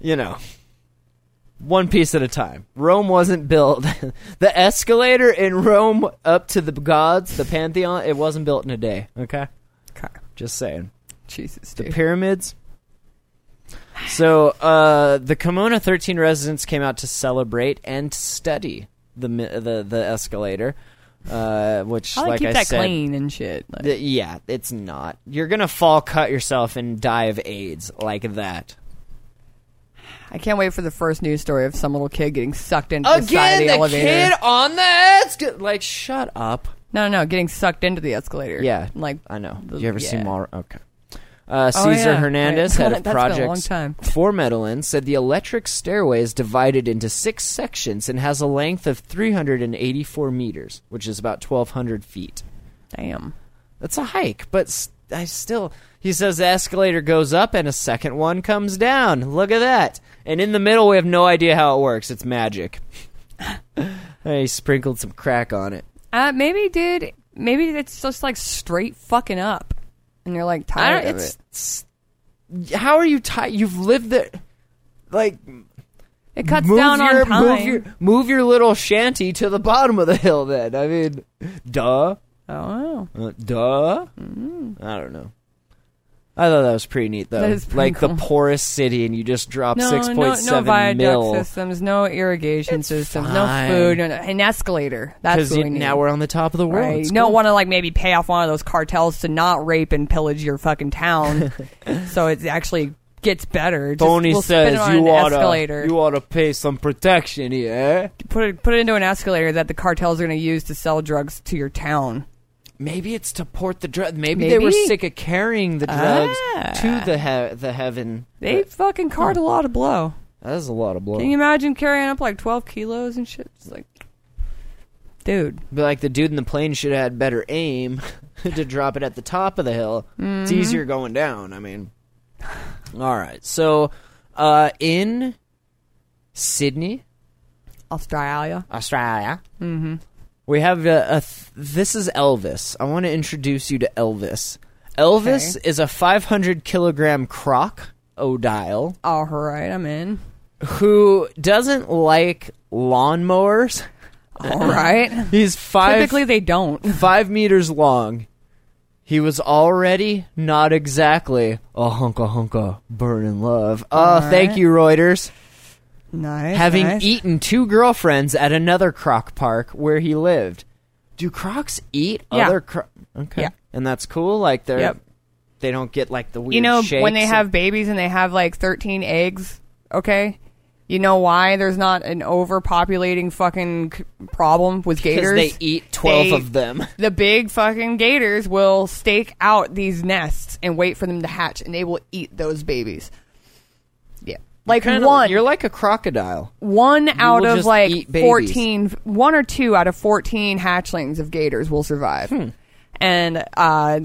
S1: you know. One piece at a time. Rome wasn't built. the escalator in Rome up to the gods, the pantheon, it wasn't built in a day. Okay?
S2: Okay.
S1: Just saying.
S2: Jesus,
S1: The
S2: dude.
S1: pyramids. So, uh, the Kimona 13 residents came out to celebrate and study the mi- the the escalator, uh, which,
S2: I like,
S1: like
S2: keep
S1: I
S2: that
S1: said,
S2: clean and shit. Like,
S1: th- yeah, it's not. You're gonna fall, cut yourself, and die of AIDS like that.
S2: I can't wait for the first news story of some little kid getting sucked into the side of the, elevator.
S1: on the escalator. Like, shut up.
S2: No, no, no, getting sucked into the escalator.
S1: Yeah,
S2: like
S1: I know.
S2: the-
S1: you ever see
S2: yeah.
S1: Mall? Okay. Uh,
S2: Oh,
S1: Cesar
S2: yeah.
S1: Hernandez,
S2: Right.
S1: head of
S2: That's been a long
S1: projects
S2: time.
S1: for Medellin, said the electric stairway is divided into six sections and has a length of 384 meters, which is about 1,200 feet.
S2: Damn.
S1: That's a hike, but s- I still. He says the escalator goes up and a second one comes down. Look at that. And in the middle, we have no idea how it works. It's magic. he sprinkled some crack on it.
S2: Uh, maybe, dude. Maybe it's just like straight fucking up, and you're like
S1: I
S2: tired
S1: don't,
S2: of
S1: it's,
S2: it.
S1: it's- how are you tired? You've lived there. Like
S2: It cuts
S1: move
S2: down
S1: your
S2: on time.
S1: move your move your little shanty to the bottom of the hill. Then I mean, duh,
S2: oh,
S1: Uh, duh. I don't know. I thought that was pretty neat though.
S2: Mm-hmm. That is pretty
S1: like the
S2: cool.
S1: poorest city, and you just drop
S2: no,
S1: six
S2: no,
S1: point
S2: no
S1: seven
S2: viaduct
S1: mil
S2: systems, no irrigation systems,
S1: fine.
S2: no food, no, no, an escalator. That's
S1: because
S2: what we need.
S1: now we're on the top of the world.
S2: Right.
S1: It's
S2: You don't
S1: cool.
S2: want to like maybe pay off one of those cartels to not rape and pillage your fucking town, so it actually gets better. Just,
S1: Tony
S2: we'll
S1: says
S2: spin it on
S1: you
S2: an
S1: oughta
S2: escalator.
S1: you oughta pay some protection here.
S2: put it put it into an escalator that the cartels are going to use to sell drugs to your town.
S1: Maybe it's to port the drug. Maybe, they were
S2: Maybe.
S1: sick of carrying the drugs
S2: Ah.
S1: to the he- the heaven.
S2: They fucking
S1: Hmm.
S2: cart a lot of blow.
S1: that is a lot of blood.
S2: Can you imagine carrying up like twelve kilos and shit? It's like, dude,
S1: Be like the dude in the plane should have had better aim to drop it at the top of the hill. It's
S2: Mm-hmm.
S1: easier going down. I mean, all right. So, uh, in Sydney,
S2: Australia.
S1: Australia, mm-hmm. we have a, a th- this is Elvis. I want to introduce you to Elvis. Elvis is a 500 kilogram croc Odile
S2: All right, I'm in.
S1: who doesn't like lawnmowers.
S2: All right.
S1: He's five.
S2: Typically, they don't.
S1: five meters long. He was already not exactly a hunka hunka burn in love. Oh, thank you, Reuters.
S2: Nice.
S1: Having
S2: nice.
S1: eaten two girlfriends at another croc park where he lived. Do crocs eat
S2: Yeah.
S1: other crocs? Okay.
S2: Yeah.
S1: And that's cool. Like they're.
S2: Yep.
S1: They don't get like the weird.
S2: you know when they
S1: shakes
S2: have babies and they have like 13 eggs okay you know why there's not an overpopulating fucking c- problem with
S1: because
S2: gators
S1: they eat twelve
S2: They-
S1: of them.
S2: the big fucking gators will stake out these nests and wait for them to hatch and they will eat those babies yeah like
S1: Kinda-
S2: one
S1: You're like a crocodile.
S2: one out
S1: will
S2: of
S1: just
S2: like
S1: eat babies.
S2: 14 one or two out of 14 hatchlings of gators will survive and uh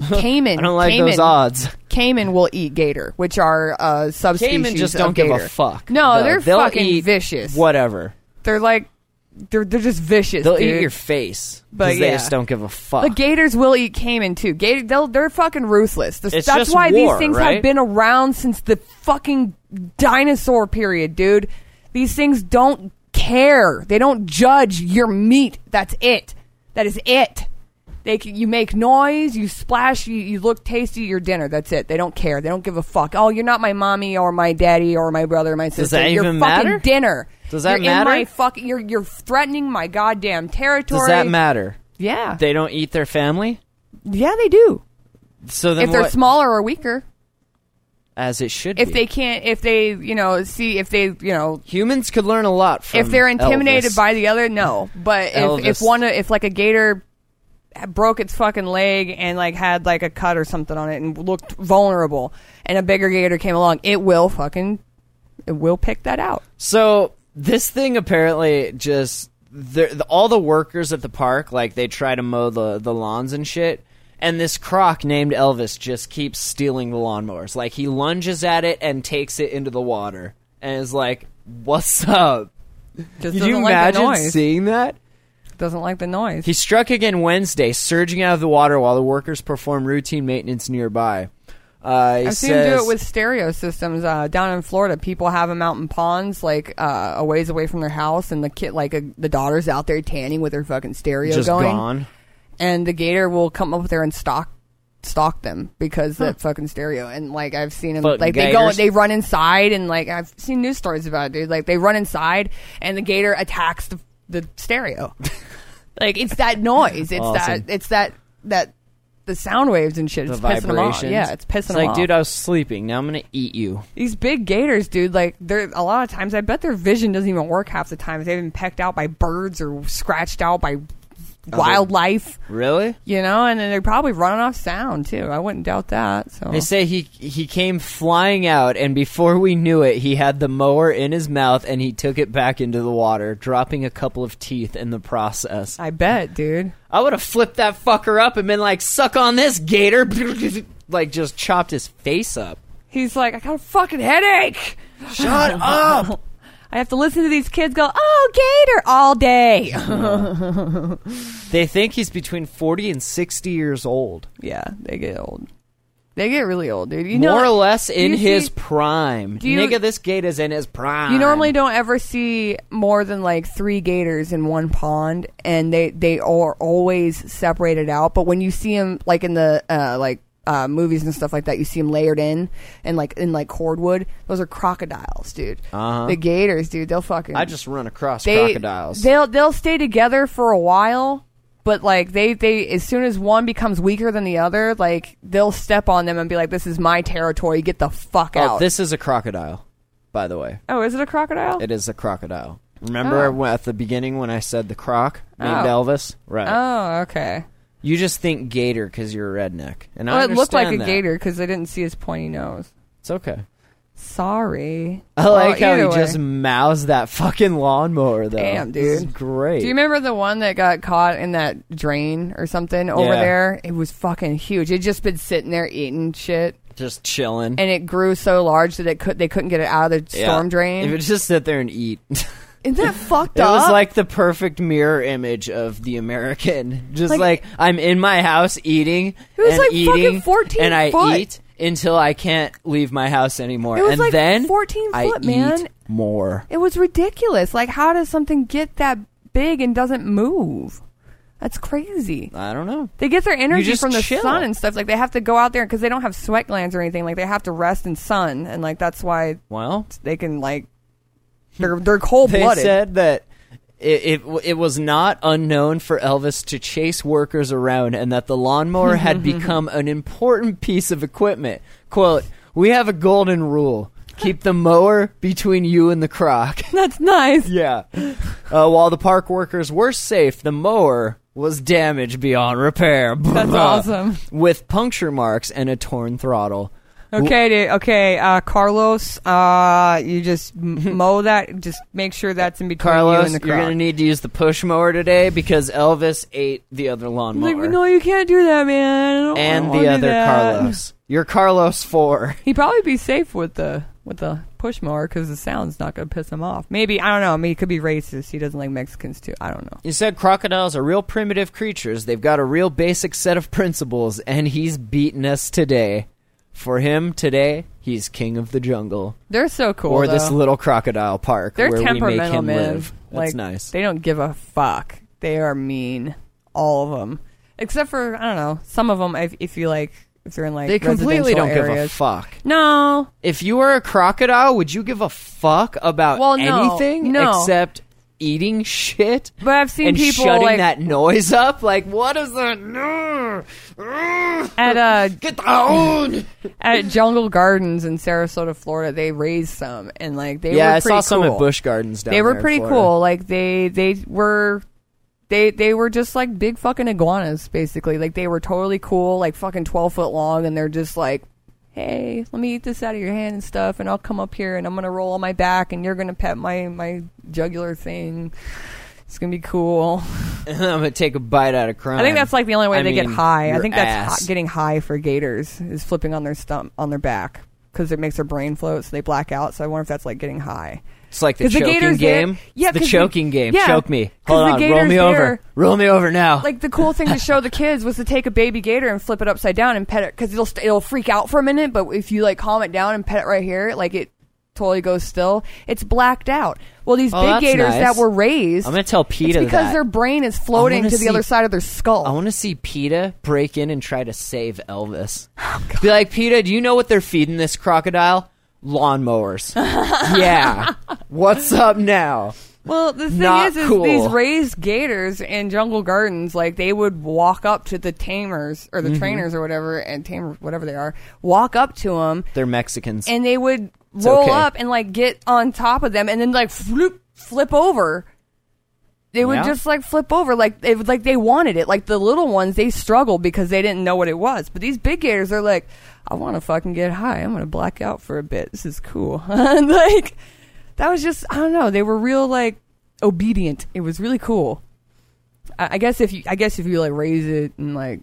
S1: Hmm.
S2: caiman
S1: I don't like
S2: caiman,
S1: those odds.
S2: Cayman will eat gator, which are uh, subspecies.
S1: Cayman just
S2: of
S1: don't give
S2: gator.
S1: a fuck.
S2: No,
S1: though.
S2: they're
S1: They'll
S2: fucking
S1: eat
S2: vicious.
S1: Whatever.
S2: They're like they're they're just vicious.
S1: They'll
S2: dude.
S1: eat your face,
S2: But
S1: because they
S2: yeah.
S1: just don't give a fuck.
S2: The gators will eat caiman too. Gator, they'll, they're fucking ruthless. The-
S1: It's
S2: that's
S1: just
S2: why
S1: war,
S2: these things
S1: right?
S2: have been around since the fucking dinosaur period, dude. These things don't care. They don't judge your meat. That's it. That is it. They c- you make noise, you splash, you, you look tasty at your dinner. That's it. They don't care. They don't give a fuck. Oh, you're not my mommy or my daddy or my brother or my sister.
S1: that
S2: you're
S1: even
S2: fucking
S1: matter?
S2: dinner.
S1: Does that
S2: you're
S1: matter?
S2: In my fucking, you're you're threatening my goddamn territory.
S1: Does that matter?
S2: Yeah.
S1: They don't eat their family,
S2: yeah, they do
S1: so then
S2: if they're
S1: what-
S2: smaller or weaker
S1: as it should.
S2: if
S1: be.
S2: they can't if they you know see if they you know
S1: humans could learn a lot from
S2: if they're intimidated
S1: Elvis.
S2: by the other no but if, if
S1: Elvis.
S2: one if like a gator broke its fucking leg and like had like a cut or something on it and looked vulnerable and a bigger gator came along it will fucking it will pick that out
S1: So this thing apparently just the, the, all the workers at the park, like they try to mow the the lawns and shit, And this croc named Elvis just keeps stealing the lawnmowers. Like he lunges at it and takes it into the water and is like, "What's up?"
S2: Just
S1: Could
S2: doesn't
S1: you
S2: like the
S1: imagine
S2: noise.
S1: seeing that?
S2: Doesn't like the noise.
S1: He struck again Wednesday, surging out of the water while the workers performed routine maintenance nearby. Uh, he
S2: I've seen him do
S1: says-
S2: it with stereo systems uh, down in Florida. People have them out in ponds, like uh, a ways away from their house, and the kid, like a, the daughter's out there tanning with her fucking stereo
S1: just
S2: going,
S1: gone.
S2: and the gator will come up there and stalk stalk them because that fucking stereo. And like I've seen them,
S1: Fucking
S2: like they go,
S1: gators.
S2: they run inside, and like I've seen news stories about it, dude. Like they run inside, and the gator attacks the the stereo. like it's that noise. It's
S1: Awesome.
S2: that. It's that that. The sound waves and shit.
S1: The
S2: it's pissing 'em off.
S1: vibrations.
S2: Yeah, it's pissing
S1: It's
S2: them
S1: like,
S2: off.
S1: dude, I was sleeping. Now I'm gonna eat you.
S2: These big gators, dude, like they're a lot of times I bet their vision doesn't even work half the time. They've been pecked out by birds or scratched out by wildlife,
S1: Really?
S2: you know, and then they're probably running off sound too. I wouldn't doubt that. So
S1: They say he he came flying out, and before we knew it, he had the mower in his mouth, and he took it back into the water, dropping a couple of teeth in the process.
S2: I bet, dude.
S1: I would have flipped that fucker up and been like, "Suck on this, gator!" like just chopped his face up.
S2: He's like, I got a fucking headache.
S1: Shut up!
S2: I have to listen to these kids go, "Oh, gator!" all day.
S1: They think he's between forty and sixty years old,
S2: yeah, they get old. They get really old, dude. You know,
S1: more or less
S2: you
S1: in his
S2: see-
S1: prime.
S2: do you-
S1: Nigga, this gator's in his prime.
S2: You normally don't ever see more than like three gators in one pond, and they they are always separated out. But when you see them, like in the uh, like uh, movies and stuff like that, you see them layered in and like in like cordwood. Those are crocodiles, dude.
S1: Uh-huh.
S2: The gators, dude. They'll fucking.
S1: I just run across
S2: they,
S1: crocodiles.
S2: They'll they'll stay together for a while. But like they, they as soon as one becomes weaker than the other, like they'll step on them and be like, "This is my territory. Get the fuck
S1: oh,
S2: out."
S1: this is a crocodile, by the way.
S2: oh, is it a crocodile?
S1: It is a crocodile. Remember
S2: Oh.
S1: when- at the beginning when I said the croc named
S2: Oh.
S1: Elvis? Right.
S2: oh, okay.
S1: You just think gator because you're a redneck, and I
S2: Well, it looked like
S1: understand
S2: a
S1: that.
S2: gator because I didn't see his pointy nose.
S1: It's okay.
S2: Sorry.
S1: I like
S2: Well,
S1: how he
S2: either way.
S1: just mouths that fucking lawnmower though.
S2: Damn,
S1: This is
S2: dude.
S1: great.
S2: Do you remember the one that got caught in that drain or something over
S1: Yeah.
S2: there? It was fucking huge. It just been sitting there eating shit,
S1: just chilling?
S2: and it grew so large that it could they couldn't get it out of the
S1: Yeah.
S2: storm
S1: It
S2: drain.
S1: would just sit there and eat. it
S2: Isn't that fucked up?
S1: was like the perfect mirror image of the American. Just
S2: Like-
S1: like, I'm in my house eating
S2: It was
S1: and
S2: like fucking
S1: eating,
S2: 14
S1: and I
S2: foot.
S1: eat until I can't leave my house anymore.
S2: It was
S1: and
S2: like
S1: then
S2: 14
S1: I
S2: foot, man.
S1: eat more.
S2: it was ridiculous. Like, how does something get that big and doesn't move? That's crazy.
S1: I don't know.
S2: They get their energy
S1: just
S2: from the
S1: chill.
S2: sun and stuff. Like they have to go out there because they don't have sweat glands or anything. Like they have to rest in sun, and like that's why
S1: Well,
S2: they can like they're they're cold
S1: they
S2: blooded.
S1: said that it, it it was not unknown for Elvis to chase workers around, and that the lawnmower had become an important piece of equipment. "Quote: We have a golden rule: keep the mower between you and the croc."
S2: that's nice.
S1: yeah. Uh, while the park workers were safe, the mower was damaged beyond repair.
S2: That's awesome.
S1: With puncture marks and a torn throttle.
S2: Okay, dude. Okay, uh, Carlos, uh, you just m- mow that. Just make sure that's in between you
S1: Carlos,
S2: and the
S1: you're
S2: crowd.
S1: gonna need to use the push mower today because Elvis ate the other lawnmower.
S2: like, no, you can't do that, man. I don't- I
S1: and
S2: don't
S1: the
S2: wanna do
S1: other
S2: that."
S1: Carlos. You're Carlos four.
S2: He'd probably be safe with the with the push mower because the sound's not going to piss him off. Maybe I don't know. I mean, he could be racist. He doesn't like Mexicans too. I don't know.
S1: He said crocodiles are real primitive creatures. They've got a real basic set of principles, and he's beaten us today. For him today, he's king of the jungle,
S2: They're so cool.
S1: or this
S2: though.
S1: little crocodile park
S2: They're
S1: where we make
S2: temperamental
S1: him
S2: men.
S1: live.
S2: like,
S1: That's nice.
S2: They don't give a fuck. They are mean, all of them, except for I don't know some of them. If, if you like, if they're in like
S1: They completely don't
S2: residential
S1: give a
S2: areas.
S1: fuck.
S2: No,
S1: If you were a crocodile, would you give a fuck about
S2: Well, no,
S1: anything
S2: no.
S1: except eating shit?
S2: But I've seen
S1: and
S2: people,
S1: shutting
S2: like-
S1: that noise up. Like, what is that? No, Mm.
S2: at uh
S1: get the own.
S2: at Jungle Gardens in Sarasota, Florida, they raised some and like they
S1: yeah,
S2: were
S1: I saw
S2: pretty
S1: some
S2: cool.
S1: at Bush Gardens. Down
S2: They were
S1: there in
S2: pretty
S1: Florida.
S2: cool. Like they they were. They, they were just like big fucking iguanas, basically. Like they were totally cool, like fucking twelve foot long, and they're just like, "Hey, let me eat this out of your hand and stuff, and I'll come up here and I'm gonna roll on my back, and you're gonna pet my my jugular thing." It's gonna be cool.
S1: I'm gonna take a bite out of crime.
S2: I think that's like the only way
S1: I
S2: they get
S1: mean,
S2: high. I
S1: your
S2: think that's
S1: ass.
S2: hot, getting high for gators is flipping on their stump on their back because it makes their brain float, so they black out. So I wonder if that's like getting high.
S1: It's like the
S2: 'Cause the
S1: choking
S2: gators there-
S1: game.
S2: yeah,
S1: It's the
S2: 'cause the-
S1: choking game.
S2: yeah,
S1: Choke me.
S2: 'cause
S1: Hold
S2: the
S1: on. Roll
S2: gators
S1: me over.
S2: there-
S1: Roll me over now.
S2: Like the cool thing to show the kids was to take a baby gator and flip it upside down and pet it because it'll st- it'll freak out for a minute, but if you like calm it down and pet it right here, like it totally goes still. It's blacked out. Well, these
S1: Oh,
S2: big
S1: that's
S2: gators
S1: nice.
S2: that were raised,
S1: I'm gonna tell PETA
S2: it's because
S1: that.
S2: their brain is
S1: I
S2: floating
S1: wanna
S2: to the other
S1: see-
S2: side of their skull.
S1: I want to see PETA break in and try to save Elvis.
S2: Oh,
S1: Be like, PETA, do you know what they're feeding this crocodile? Lawnmowers. yeah. What's up now?
S2: Well, the thing
S1: Not
S2: is, is
S1: cool.
S2: these raised gators in jungle gardens, like they would walk up to the tamers or
S1: Mm-hmm.
S2: the trainers or whatever, and tamer whatever they are, walk up to them,
S1: They're Mexicans.
S2: and they would roll
S1: okay.
S2: up and like get on top of them, and then like flip, flip over. They would
S1: Yeah.
S2: just like flip over, like they would like they wanted it. Like the little ones, they struggled because they didn't know what it was. But these big gators, they're like, I want to fucking get high. I'm gonna black out for a bit. This is cool. and like that was just I don't know. They were real like obedient. It was really cool. I, I guess if you I guess if you like raise it and like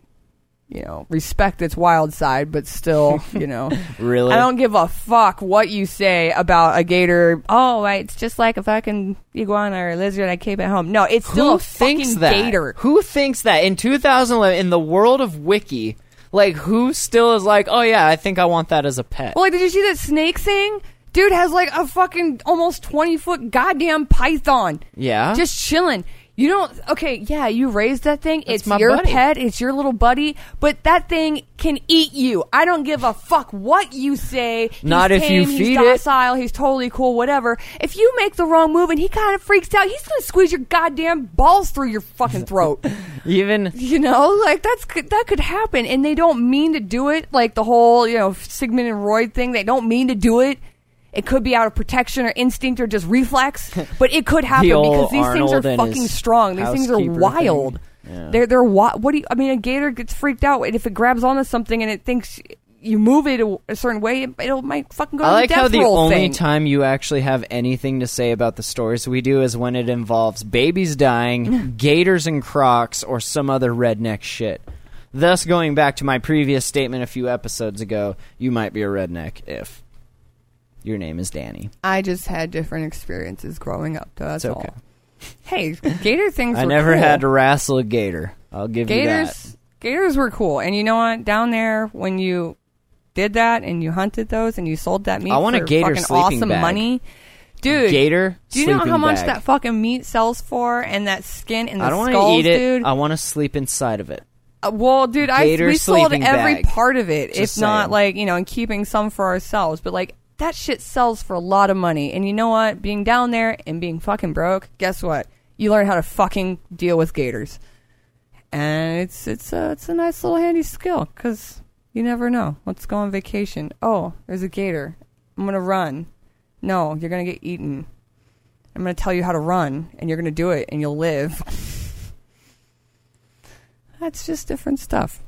S2: you know respect its wild side, but still you know
S1: Really?
S2: I don't give a fuck what you say about a gator. Oh, I- it's just like a fucking iguana or a lizard I keep at home. No, it's still
S1: Who
S2: a
S1: thinks
S2: fucking
S1: that?
S2: gator.
S1: Who thinks that in 2011 in the world of wiki? Like, who still is like, oh yeah, I think I want that as a pet.
S2: Well, like, did you see that snake thing? Dude has like a fucking almost twenty foot goddamn python.
S1: yeah.
S2: Just chilling. You don't. Okay, yeah, you raised that thing.
S1: That's
S2: it's
S1: my
S2: your
S1: buddy.
S2: pet. It's your little buddy. But that thing can eat you. I don't give a fuck what you say. He's
S1: Not if you
S2: tame, he's
S1: feed it.
S2: docile, He's totally cool. Whatever. If you make the wrong move and he kind of freaks out, he's gonna squeeze your goddamn balls through your fucking throat.
S1: even
S2: you know, like that's could- that could happen, and they don't mean to do it. Like the whole you know Sigmund and Roy thing, they don't mean to do it. It could be out of protection or instinct or just reflex, but it could happen
S1: old
S2: because these
S1: Arnold
S2: things are
S1: and his
S2: fucking strong. These things are
S1: housekeeper thing.
S2: wild. They're they're wi- what do you? I mean, a gator gets freaked out and if it grabs onto something and it thinks you move it a, a certain way, it, it'll might fucking go.
S1: I
S2: to
S1: like
S2: the death
S1: how the
S2: roll
S1: only
S2: thing.
S1: time you actually have anything to say about the stories we do is when it involves babies dying, gators and crocs, or some other redneck shit. Thus, going back to my previous statement a few episodes ago, you might be a redneck if your name is Danny.
S2: I just had different experiences growing up. That's
S1: It's okay.
S2: all. Hey, gator things.
S1: I
S2: were
S1: never
S2: cool.
S1: had to wrestle a gator. I'll give you
S2: Gators, gators were cool, and you know what? Down there, when you did that and you hunted those and you sold that meat,
S1: I want a
S2: for
S1: gator
S2: fucking
S1: sleeping
S2: awesome
S1: bag.
S2: money,
S1: that.
S2: dude.
S1: Gator.
S2: Do you know
S1: sleeping
S2: how much
S1: bag.
S2: that fucking meat sells for, and that skin and the
S1: I don't
S2: want
S1: wanna
S2: skulls,
S1: eat it.
S2: dude?
S1: I want to sleep inside of it.
S2: Uh, well, dude, I
S1: Gator
S2: we sold
S1: sleeping
S2: every
S1: bag.
S2: part of it,
S1: Just
S2: if not
S1: saying.
S2: like you know, and keeping some for ourselves. But like that shit sells for a lot of money, and you know what? Being down there and being fucking broke, guess what? You learn how to fucking deal with gators, and it's it's a it's a nice little handy skill because you never know. Let's go on vacation. Oh, there's a gator. I'm gonna run. No, you're gonna get eaten. I'm gonna tell you how to run, and you're gonna do it, and you'll live. That's just different stuff.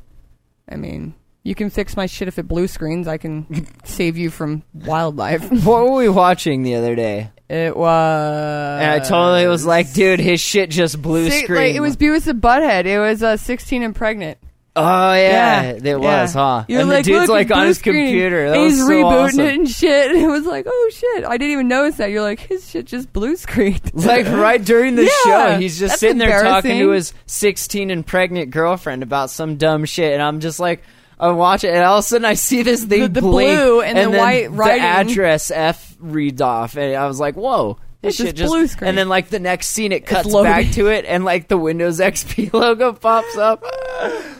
S2: I mean, you can fix my shit if it blue screens. I can save you from wildlife.
S1: What were we watching the other day?
S2: it was.
S1: And I totally was like, dude, his shit just blew
S2: Six-
S1: screen.
S2: Uh, like, it was Beavis and Butthead. It was uh, 16 and pregnant.
S1: Oh yeah,
S2: Yeah,
S1: it was, huh?
S2: You're
S1: and
S2: like,
S1: the dude's
S2: look,
S1: like
S2: it's
S1: on
S2: blue
S1: his
S2: screen.
S1: computer. That
S2: And
S1: was
S2: he's
S1: so
S2: rebooting
S1: awesome.
S2: it and shit. It was like, oh shit! I didn't even notice that. You're like, his shit just blue screened.
S1: Like right during the
S2: Yeah,
S1: show, he's just
S2: that's
S1: sitting there talking to
S2: embarrassing.
S1: his 16 and pregnant girlfriend about some dumb shit, and I'm just like, I watch it, and all of a sudden I see this thing
S2: The- the
S1: blink,
S2: blue and the
S1: then
S2: white writing.
S1: address F reads off, and I was like, whoa. This
S2: It's
S1: shit
S2: just
S1: just
S2: blue screen.
S1: and then like the next scene, it cuts
S2: loaded.
S1: back to it, and like the Windows XP logo pops up.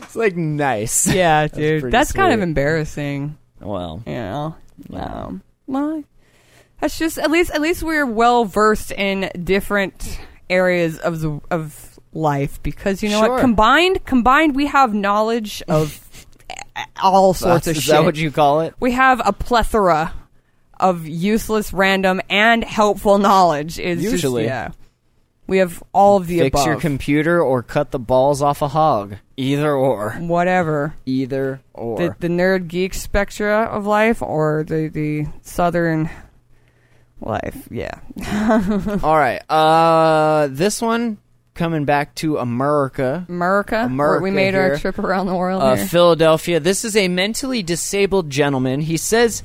S1: It's like nice.
S2: yeah,
S1: pretty
S2: dude, that's kind of
S1: sweet.
S2: embarrassing.
S1: Well,
S2: you know. Um, well, that's just at least at least we're well versed in different areas of the of life because you know
S1: Sure.
S2: what combined combined we have knowledge of all sorts of
S1: is
S2: shit.
S1: that what you call it?
S2: we have a plethora of useless, random, and helpful knowledge. Is
S1: Usually.
S2: yeah. We have all of the
S1: Fix
S2: above.
S1: your computer or cut the balls off a hog. Either or.
S2: whatever.
S1: Either or.
S2: the, the nerd geek spectra of life or the, the southern life. Yeah.
S1: All right. Uh, this one coming back to America.
S2: America. where
S1: America
S2: we made our
S1: here.
S2: trip around the world.
S1: uh,
S2: here.
S1: Philadelphia. This is a mentally disabled gentleman. He says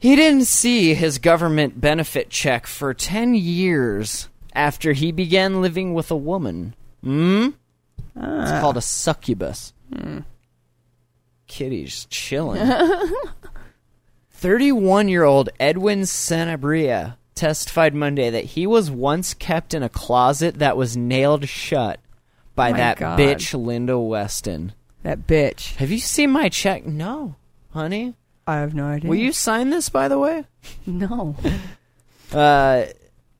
S1: he didn't see his government benefit check for 10 years after he began living with a woman. Hmm?
S2: Ah.
S1: It's called a succubus.
S2: Hmm.
S1: Kitty's chilling. 31 year old Edwin Sanabria testified Monday that he was once kept in a closet that was nailed shut by
S2: my
S1: that
S2: God.
S1: bitch Linda Weston.
S2: that bitch.
S1: Have you seen my check? No, honey.
S2: I have no idea.
S1: Will you sign this, by the way?
S2: No.
S1: Uh,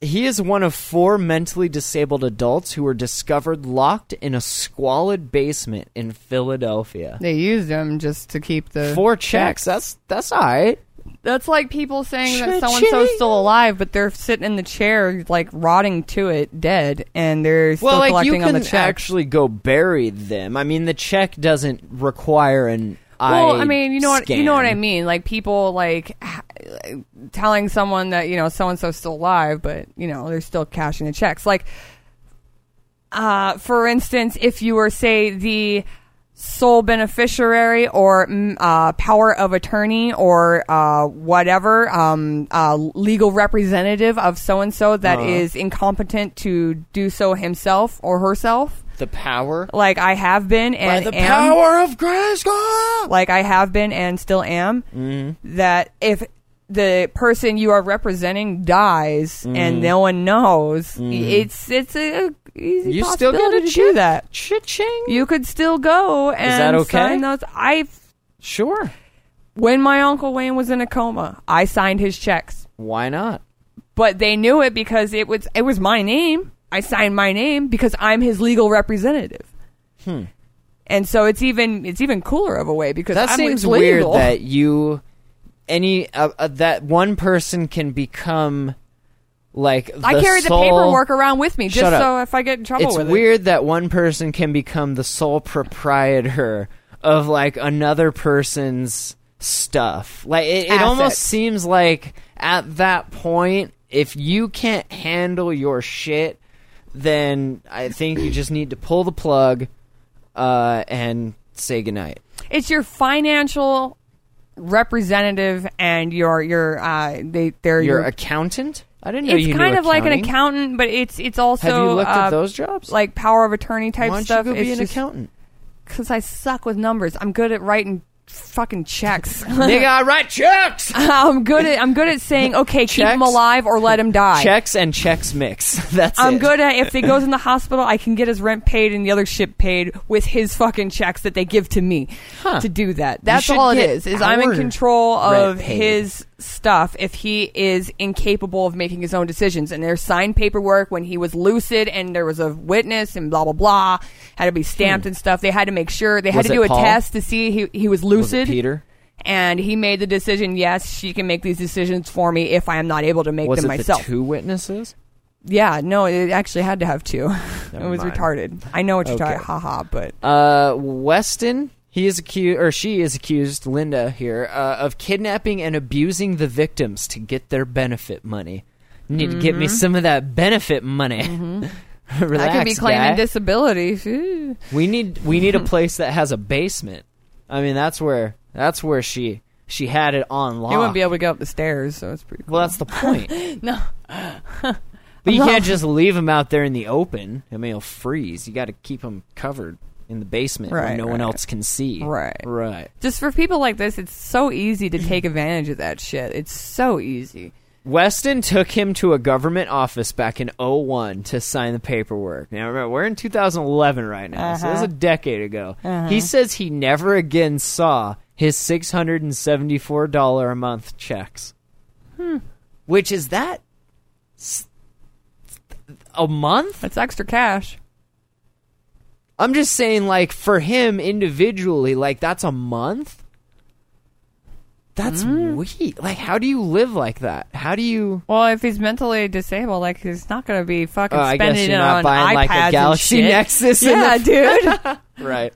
S1: he is one of four mentally disabled adults who were discovered locked in a squalid basement in Philadelphia.
S2: They used them just to keep the
S1: Four checks. That's that's all right.
S2: That's like people saying
S1: Cha-ching.
S2: that so and so's still alive, but they're sitting in the chair, like rotting to it, dead, and they're still
S1: Well, like you
S2: collecting on the
S1: can
S2: check.
S1: actually go bury them. I mean, the check doesn't require an eye.
S2: well, I mean, you know what you know what I
S1: scan.
S2: mean. Like people like ha- telling someone that you know so and so's still alive, but you know they're still cashing the checks. Like, uh, for instance, if you were say the sole beneficiary or mm, uh, power of attorney or uh, whatever um, uh, legal representative of so and so that
S1: Uh-huh.
S2: is incompetent to do so himself or herself.
S1: The power.
S2: Like I have been
S1: By
S2: and
S1: the
S2: am
S1: power of Grayskull.
S2: like I have been and still am,
S1: Mm-hmm.
S2: that if the person you are representing dies
S1: Mm-hmm.
S2: and no one knows, it's it's a, a easy
S1: You still
S2: possibility
S1: get a
S2: to do
S1: check.
S2: that.
S1: Cha-ching.
S2: You could still go and
S1: that okay?
S2: sign those. I
S1: Sure.
S2: when my uncle Wayne was in a coma, I signed his checks,
S1: Why not?
S2: but they knew it because it was it was my name. I signed my name because I'm his legal representative.
S1: Hmm.
S2: And so it's even it's even cooler of a way because
S1: That
S2: I'm
S1: seems
S2: legal.
S1: weird that you any uh, uh, that one person can become like the
S2: I carry the
S1: sole-
S2: paperwork around with me just
S1: Shut up.
S2: so if I get in trouble
S1: It's
S2: with
S1: weird that one person can become the sole proprietor of like another person's stuff. Like it, it almost
S2: Assets.
S1: seems like at that point, if you can't handle your shit, then I think you just need to pull the plug uh, and say goodnight.
S2: it. It's your financial representative and your your uh they they're
S1: Your
S2: your,
S1: accountant? I didn't know
S2: it's
S1: you knew
S2: kind of like an
S1: accounting.
S2: accountant, but it's it's also
S1: Have you looked
S2: uh,
S1: at those jobs?
S2: like power of attorney type
S1: why don't
S2: stuff.
S1: you go be
S2: it's
S1: an accountant?
S2: because I suck with numbers. I'm good at writing fucking checks.
S1: Nigga, I write checks.
S2: I'm good at I'm good at saying okay, keep him
S1: Checks.
S2: alive or let him die.
S1: checks and checks mix. That's
S2: I'm
S1: it.
S2: good at if he goes in the hospital, I can get his rent paid and the other shit paid with his fucking checks that they give to me to do that. That's
S1: should
S2: all it
S1: get
S2: is. Is I'm in
S1: our
S2: control
S1: rent
S2: of
S1: paid.
S2: his stuff if he is incapable of making his own decisions. And there's signed paperwork when he was lucid and there was a witness and blah blah blah had to be stamped and stuff. They had to make sure they had
S1: Hmm. Was
S2: to
S1: it
S2: do a
S1: Paul?
S2: test to see he he was
S1: Was
S2: lucid.
S1: it Peter?
S2: And he made the decision. Yes, she can make these decisions for me if I am not able to make
S1: Was
S2: them
S1: it
S2: myself.
S1: the two witnesses?
S2: Yeah, no, it actually had to have two. it was
S1: mind.
S2: retarded. I know what you're
S1: Okay.
S2: talking. Haha, but
S1: Uh, Weston, he is accused, or she is accused, Linda here, uh, of kidnapping and abusing the victims to get their benefit money. You need to get me some of that benefit money. Relax,
S2: I could be claiming
S1: guy.
S2: disability. Phew.
S1: We need we need a place that has a basement. I mean, that's where that's where she she had it on lock.
S2: You wouldn't be able to get up the stairs, so it's pretty. Cool.
S1: well, that's the point.
S2: No.
S1: But you
S2: No.
S1: can't just leave them out there in the open. I mean, it'll freeze. You got to keep them covered in the basement where
S2: Right,
S1: no one
S2: right.
S1: else can see.
S2: Right.
S1: Right.
S2: Just for people like this, it's so easy to take advantage of that shit. It's so easy.
S1: Weston took him to a government office back in 01 to sign the paperwork. Now, remember, we're in 2011 right now, so this is a
S2: Uh-huh.
S1: decade ago. He says he never again saw his $674 a month checks. Hmm. Which is that s- a month?
S2: That's extra cash.
S1: I'm just saying, like, for him individually, like, that's a month? That's
S2: Mm-hmm.
S1: weak. Like, how do you live like that? How do you.
S2: Well, if he's mentally disabled, like he's not going to be fucking
S1: Oh, I guess
S2: spending
S1: you're
S2: it
S1: not
S2: on
S1: buying,
S2: iPads
S1: like, a
S2: and
S1: Galaxy
S2: shit.
S1: Nexus in
S2: Yeah,
S1: the-
S2: dude.
S1: Right.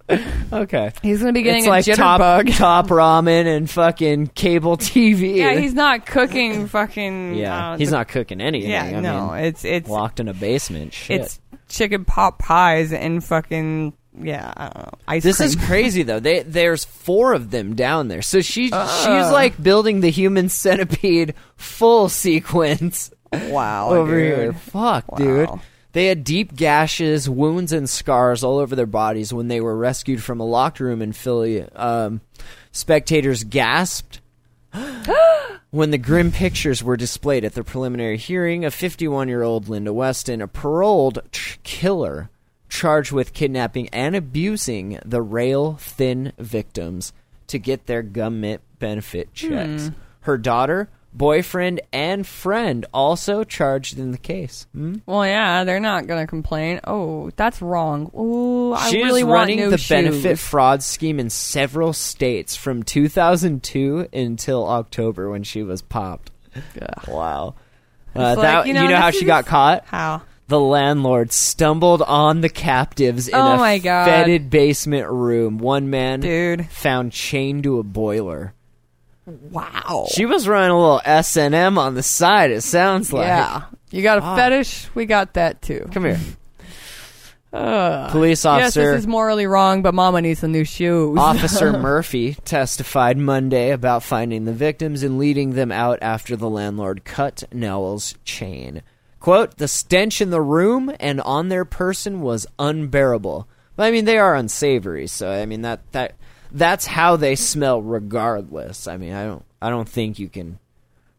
S1: okay.
S2: he's going to be getting
S1: It's
S2: a
S1: like top,
S2: jitterbug.
S1: top ramen and fucking cable TV.
S2: Yeah, he's not cooking. Fucking.
S1: Yeah,
S2: uh,
S1: he's
S2: the-
S1: not cooking anything.
S2: Yeah,
S1: I
S2: no,
S1: mean,
S2: it's it's
S1: locked in a basement. Shit.
S2: it's chicken pot pies and fucking yeah, I don't know. Ice
S1: This
S2: cream.
S1: is crazy though. They, there's four of them down there, so she
S2: Uh.
S1: she's like building the human centipede full sequence
S2: wow
S1: over
S2: Oh, dude.
S1: here. Fuck, dude.
S2: Wow.
S1: They had deep gashes, wounds, and scars all over their bodies when they were rescued from a locked room in Philly. Um, spectators gasped when the grim pictures were displayed at the preliminary hearing of 51 year old Linda Weston, a paroled tr- killer charged with kidnapping and abusing the rail thin victims to get their government benefit
S2: Hmm.
S1: checks. Her daughter, boyfriend, and friend also charged in the case. Hmm?
S2: Well, yeah, they're not gonna complain. Oh, that's wrong. Ooh, I
S1: She
S2: really
S1: is
S2: want
S1: running
S2: new
S1: the
S2: shoes.
S1: benefit fraud scheme in several states from 2002 until October when she was popped. Wow. Uh,
S2: It's
S1: that,
S2: like,
S1: you
S2: you
S1: know,
S2: know,
S1: how
S2: this
S1: she
S2: is-
S1: got caught?
S2: How?
S1: The landlord stumbled on the captives in
S2: Oh
S1: a
S2: my God.
S1: fetid basement room. One man
S2: Dude.
S1: found chained to a boiler.
S2: Wow.
S1: She was running a little S and M on the side. It sounds like.
S2: yeah. You got a
S1: Fuck.
S2: fetish? We got that too.
S1: Come here. Police
S2: yes,
S1: officer.
S2: this is morally wrong, but Mama needs some new shoes.
S1: Officer Murphy testified Monday about finding the victims and leading them out after the landlord cut Nowell's chain. Quote, the stench in the room and on their person was unbearable. I mean, they are unsavory, so I mean that that that's how they smell regardless. I mean, I don't I don't think you can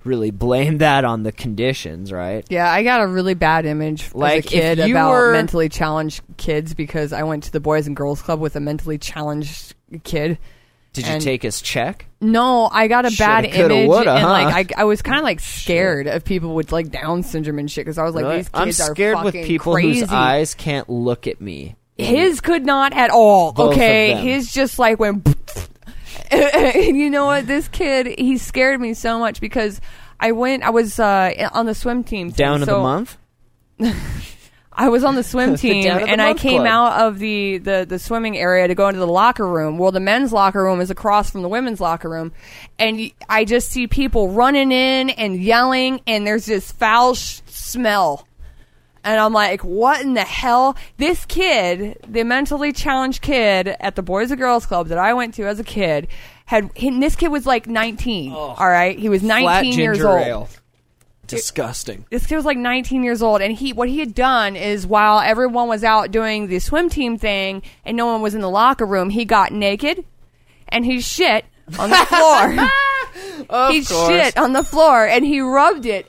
S1: really blame that on the conditions, right?
S2: Yeah, I got a really bad image
S1: Like,
S2: like, as a kid
S1: if you
S2: about
S1: were-
S2: mentally challenged kids because I went to the Boys and Girls Club with a mentally challenged kid.
S1: Did you
S2: And-
S1: take his check?
S2: No, I got a
S1: Shoulda,
S2: bad
S1: coulda,
S2: image,
S1: woulda,
S2: and like
S1: huh?
S2: I, I was kind of like scared of people with like Down syndrome and shit because I was like,
S1: Really?
S2: these
S1: I'm
S2: kids are
S1: scared with
S2: fucking
S1: people
S2: crazy.
S1: whose eyes can't look at me.
S2: His could not at all.
S1: Both of
S2: okay,
S1: them.
S2: his just like went. and you know what? This kid, he scared me so much because I went. I was uh, on the swim team. thing,
S1: Down of
S2: so
S1: the month?
S2: I was on the swim
S1: The
S2: team,
S1: down of the
S2: and I
S1: month
S2: came
S1: club.
S2: out of the, the the swimming area to go into the locker room. Well, the men's locker room is across from the women's locker room, and y- I just see people running in and yelling, and there's this foul sh- smell. And I'm like, what in the hell? This kid, the mentally challenged kid at the Boys and Girls Club that I went to as a kid, had he, this kid was like 19. All right, he was 19
S1: Flat
S2: years
S1: ginger
S2: old
S1: ale. Disgusting.
S2: this kid was like 19 years old and he what he had done is while everyone was out doing the swim team thing and no one was in the locker room he got naked and he shit on the floor he
S1: course.
S2: shit on the floor and he rubbed it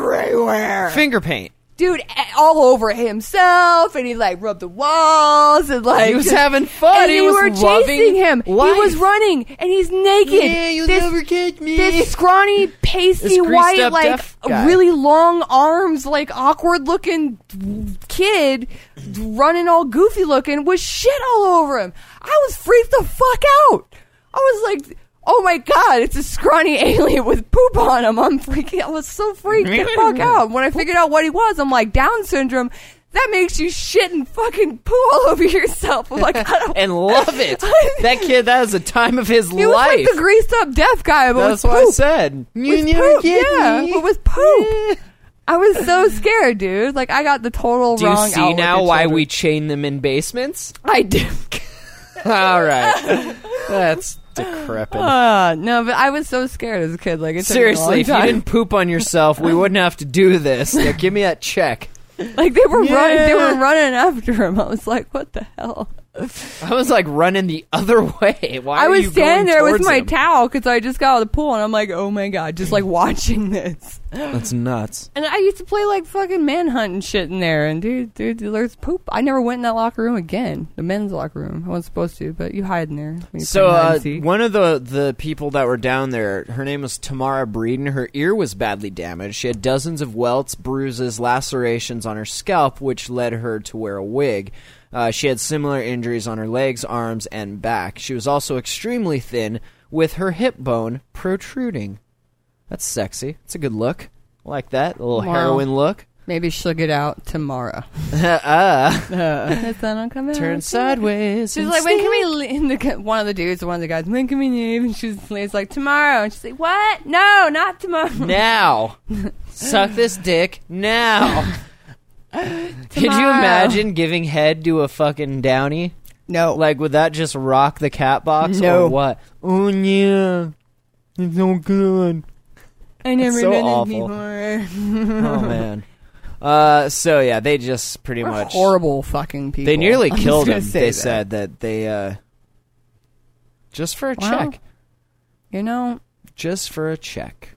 S2: everywhere
S1: Finger paint.
S2: dude a- all over himself and he like rubbed the walls and like
S1: He was having fun.
S2: and
S1: He
S2: you
S1: was
S2: were
S1: loving
S2: chasing him he was
S1: life.
S2: running and he's naked This-
S1: catch me.
S2: this scrawny, pasty,
S1: This greased
S2: white,
S1: up
S2: like
S1: deaf guy.
S2: really long arms, like awkward looking kid running all goofy looking with shit all over him. I was freaked the fuck out. I was like, oh my god, it's a scrawny alien with poop on him. I'm freaking, I was so freaked the fuck out. When I figured out what he was, I'm like, Down syndrome. That makes you shit and fucking poo all over yourself. I'm like, I don't.
S1: and love it. that kid, that was a time of his
S2: He was
S1: life.
S2: like the greased up deaf guy, but
S1: That's
S2: with
S1: what I
S2: poop
S1: said.
S2: with poop. Yeah, it was poop. I was so scared, dude. Like I got the total
S1: Do you
S2: wrong.
S1: see
S2: outlook
S1: now
S2: of
S1: why
S2: children.
S1: we chain them in basements?
S2: I do.
S1: All right. That's decrepit.
S2: Uh, no, but I was so scared as a kid. Like it took me a
S1: Seriously,
S2: long
S1: if you
S2: time.
S1: didn't poop on yourself, we wouldn't have to do this. Now give me that check.
S2: like they were running. They
S1: Yeah.
S2: were running after him. I was like, what the hell?
S1: I was like running the other way. Why
S2: I
S1: are
S2: was
S1: you going
S2: standing there with
S1: towards
S2: my
S1: him?
S2: towel because I just got out of the pool, and I'm like, oh my god, just like watching this.
S1: That's nuts.
S2: And I used to play like fucking manhunt and shit in there. And dude, dude, there's poop. I never went in that locker room again. The men's locker room. I wasn't supposed to, but you hide in there. when you
S1: So
S2: play hide and
S1: uh,
S2: seek.
S1: one of the the people that were down there, her name was Tamara Breeden. Her ear was badly damaged. She had dozens of welts, bruises, lacerations on her scalp, which led her to wear a wig. Uh, she had similar injuries on her legs, arms, and back. She was also extremely thin, with her hip bone protruding. That's sexy. It's a good look. I like that a little
S2: Wow.
S1: heroin look.
S2: Maybe she'll get out tomorrow. The sun will come out.
S1: Uh. Turn sideways.
S2: She's
S1: and
S2: like, when can
S1: sneak."
S2: we leave? And the- one of the dudes, one of the guys, when can we leave? And she's it's like, tomorrow. And she's like, what? No, not tomorrow.
S1: now. Suck this dick now. Could you
S2: Tomorrow.
S1: imagine giving head to a fucking downy?
S2: No,
S1: Like, would that just rock the cat box
S2: No.
S1: or what? Oh yeah, it's so good.
S2: I never
S1: so
S2: done this
S1: awful.
S2: before.
S1: Oh man. Uh, so yeah, they just pretty
S2: We're
S1: much
S2: horrible fucking people.
S1: They nearly
S2: I'm just
S1: killed
S2: gonna
S1: him.
S2: say
S1: They
S2: that.
S1: said that they uh, just for a
S2: Wow.
S1: check,
S2: you know,
S1: just for a check.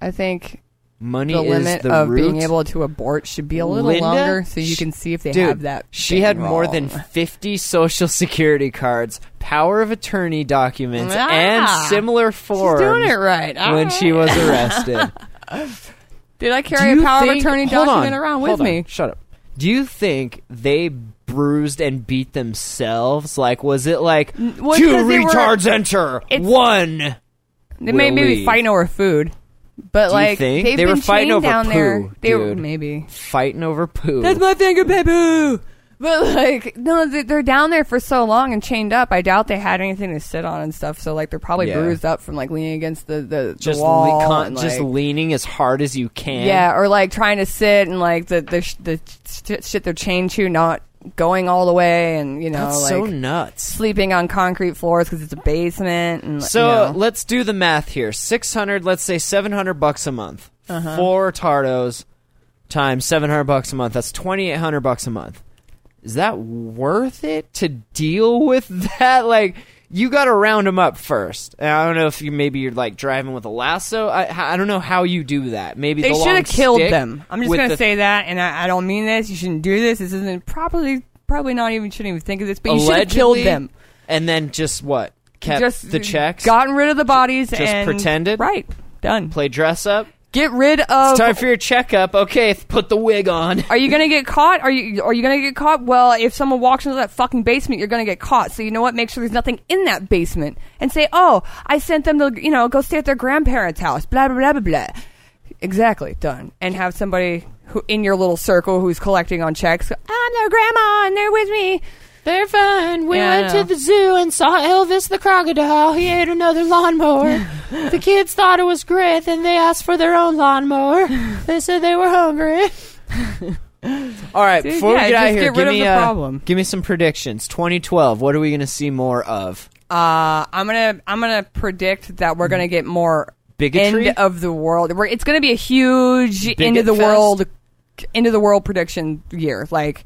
S2: I think
S1: Money
S2: the
S1: is
S2: limit
S1: the
S2: of
S1: root.
S2: being able to abort should be a little
S1: Linda,
S2: longer, so you
S1: sh-
S2: can see if they
S1: Dude,
S2: have that.
S1: She
S2: thing
S1: had more
S2: wrong.
S1: than 50 social security cards, power of attorney documents,
S2: Ah.
S1: and similar forms
S2: doing it right. All
S1: when she
S2: right.
S1: was arrested.
S2: Did I
S1: Do
S2: carry
S1: you
S2: a power
S1: think-
S2: of attorney
S1: hold
S2: document
S1: on,
S2: around
S1: hold
S2: with
S1: on,
S2: me?
S1: Shut up. Do you think they bruised and beat themselves? Like, was it like
S2: well, it's
S1: two
S2: 'cause they were-
S1: retards enter,
S2: It's-
S1: one?
S2: They may
S1: will
S2: maybe
S1: leave.
S2: fighting over food, but
S1: you
S2: like
S1: think?
S2: they've
S1: They were
S2: been
S1: fighting
S2: chained
S1: over
S2: down there.
S1: poo,
S2: They were
S1: dude.
S2: maybe
S1: fighting over poo?
S2: that's my finger, baby. But like no, they- they're down there for so long and chained up. I doubt they had anything to sit on and stuff. So like they're probably
S1: Yeah.
S2: bruised up from like leaning against the the,
S1: just
S2: the wall.
S1: le- con-
S2: and,
S1: just
S2: like-
S1: leaning as hard as you can.
S2: Yeah, or like trying to sit and like the the, sh- the sh- shit they're chained to not going all the way, and you know
S1: that's
S2: Oh, like
S1: so nuts.
S2: sleeping on concrete floors because it's a basement. And
S1: So
S2: you know.
S1: let's do the math here: six hundred, let's say seven hundred bucks a month.
S2: Uh-huh.
S1: Four tardos times seven hundred bucks a month. That's twenty eight hundred bucks a month. Is that worth it to deal with that? Like you got to round them up first. And I don't know if you maybe you're like driving with a lasso. I I don't know how you do that. Maybe
S2: they
S1: the
S2: should
S1: long
S2: have killed
S1: stick
S2: them. I'm just
S1: with
S2: gonna
S1: the
S2: say that, and I, I don't mean this. You shouldn't do this. This isn't probably probably not even shouldn't even think of this. But you should have killed
S1: allegedly,
S2: them.
S1: and then just what kept
S2: just
S1: the checks.
S2: gotten rid of the bodies,
S1: Just
S2: and
S1: pretended?
S2: Right, done.
S1: play dress up.
S2: Get rid of.
S1: Time for your checkup. Okay, th- put the wig on.
S2: Are you gonna get caught? Are you are you gonna get caught? Well, if someone walks into that fucking basement, you're gonna get caught. So you know what? Make sure there's nothing in that basement, and say, "Oh, I sent them to you know go stay at their grandparents' house." Blah blah blah blah blah. Exactly done. And have somebody who in your little circle who's collecting on checks. Go, I'm their grandma, and they're with me.
S1: They're fine. We
S2: Yeah, I
S1: went
S2: know.
S1: to the zoo and saw Elvis the crocodile. He ate another lawnmower. the kids thought it was great, then they asked for their own lawnmower. They said they were hungry. All right,
S2: Dude,
S1: before
S2: yeah,
S1: we get out
S2: just
S1: of here,
S2: get
S1: give
S2: rid of
S1: me
S2: the
S1: uh,
S2: problem.
S1: give me some predictions. 2012. What are we going to see more of?
S2: Uh, I'm gonna I'm gonna predict that we're gonna get more
S1: Bigotry?
S2: end of the world. We're, it's gonna be a huge end of the
S1: fest?
S2: world end of the world prediction year, like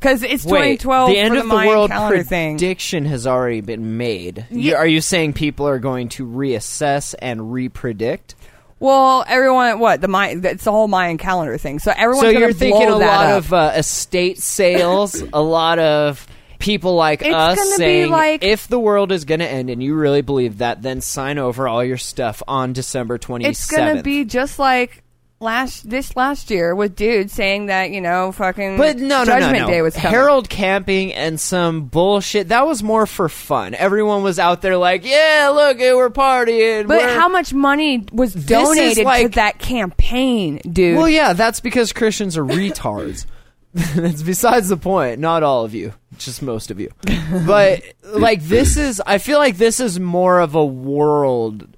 S2: because it's
S1: Wait,
S2: 2012.
S1: the end
S2: for
S1: of
S2: the,
S1: the
S2: Mayan
S1: world
S2: calendar thing.
S1: prediction has already been made. You-
S2: Yeah.
S1: Are you saying people are going to reassess and repredict?
S2: Well, everyone, what the Mayan? It's the whole Mayan calendar thing. So everyone's
S1: So
S2: gonna
S1: you're thinking
S2: blow
S1: a
S2: that
S1: lot
S2: up.
S1: of uh, estate sales, a lot of people like
S2: It's
S1: us
S2: gonna be
S1: saying,
S2: like-
S1: if the world is going to end and you really believe that, then sign over all your stuff on December 27th.
S2: it's gonna be just like last this last year with dudes saying that you know fucking
S1: But no, no,
S2: Judgment
S1: no, no.
S2: Day was coming.
S1: Harold camping and some bullshit. That was more for fun. Everyone was out there like, yeah, look, eh, we're partying.
S2: But
S1: we're-
S2: how much money was
S1: is
S2: donated to
S1: like-
S2: that campaign, dude?
S1: Well, yeah, that's because Christians are retards. that's besides the point. Not all of you, just most of you. But like this is, I feel like this is more of a world,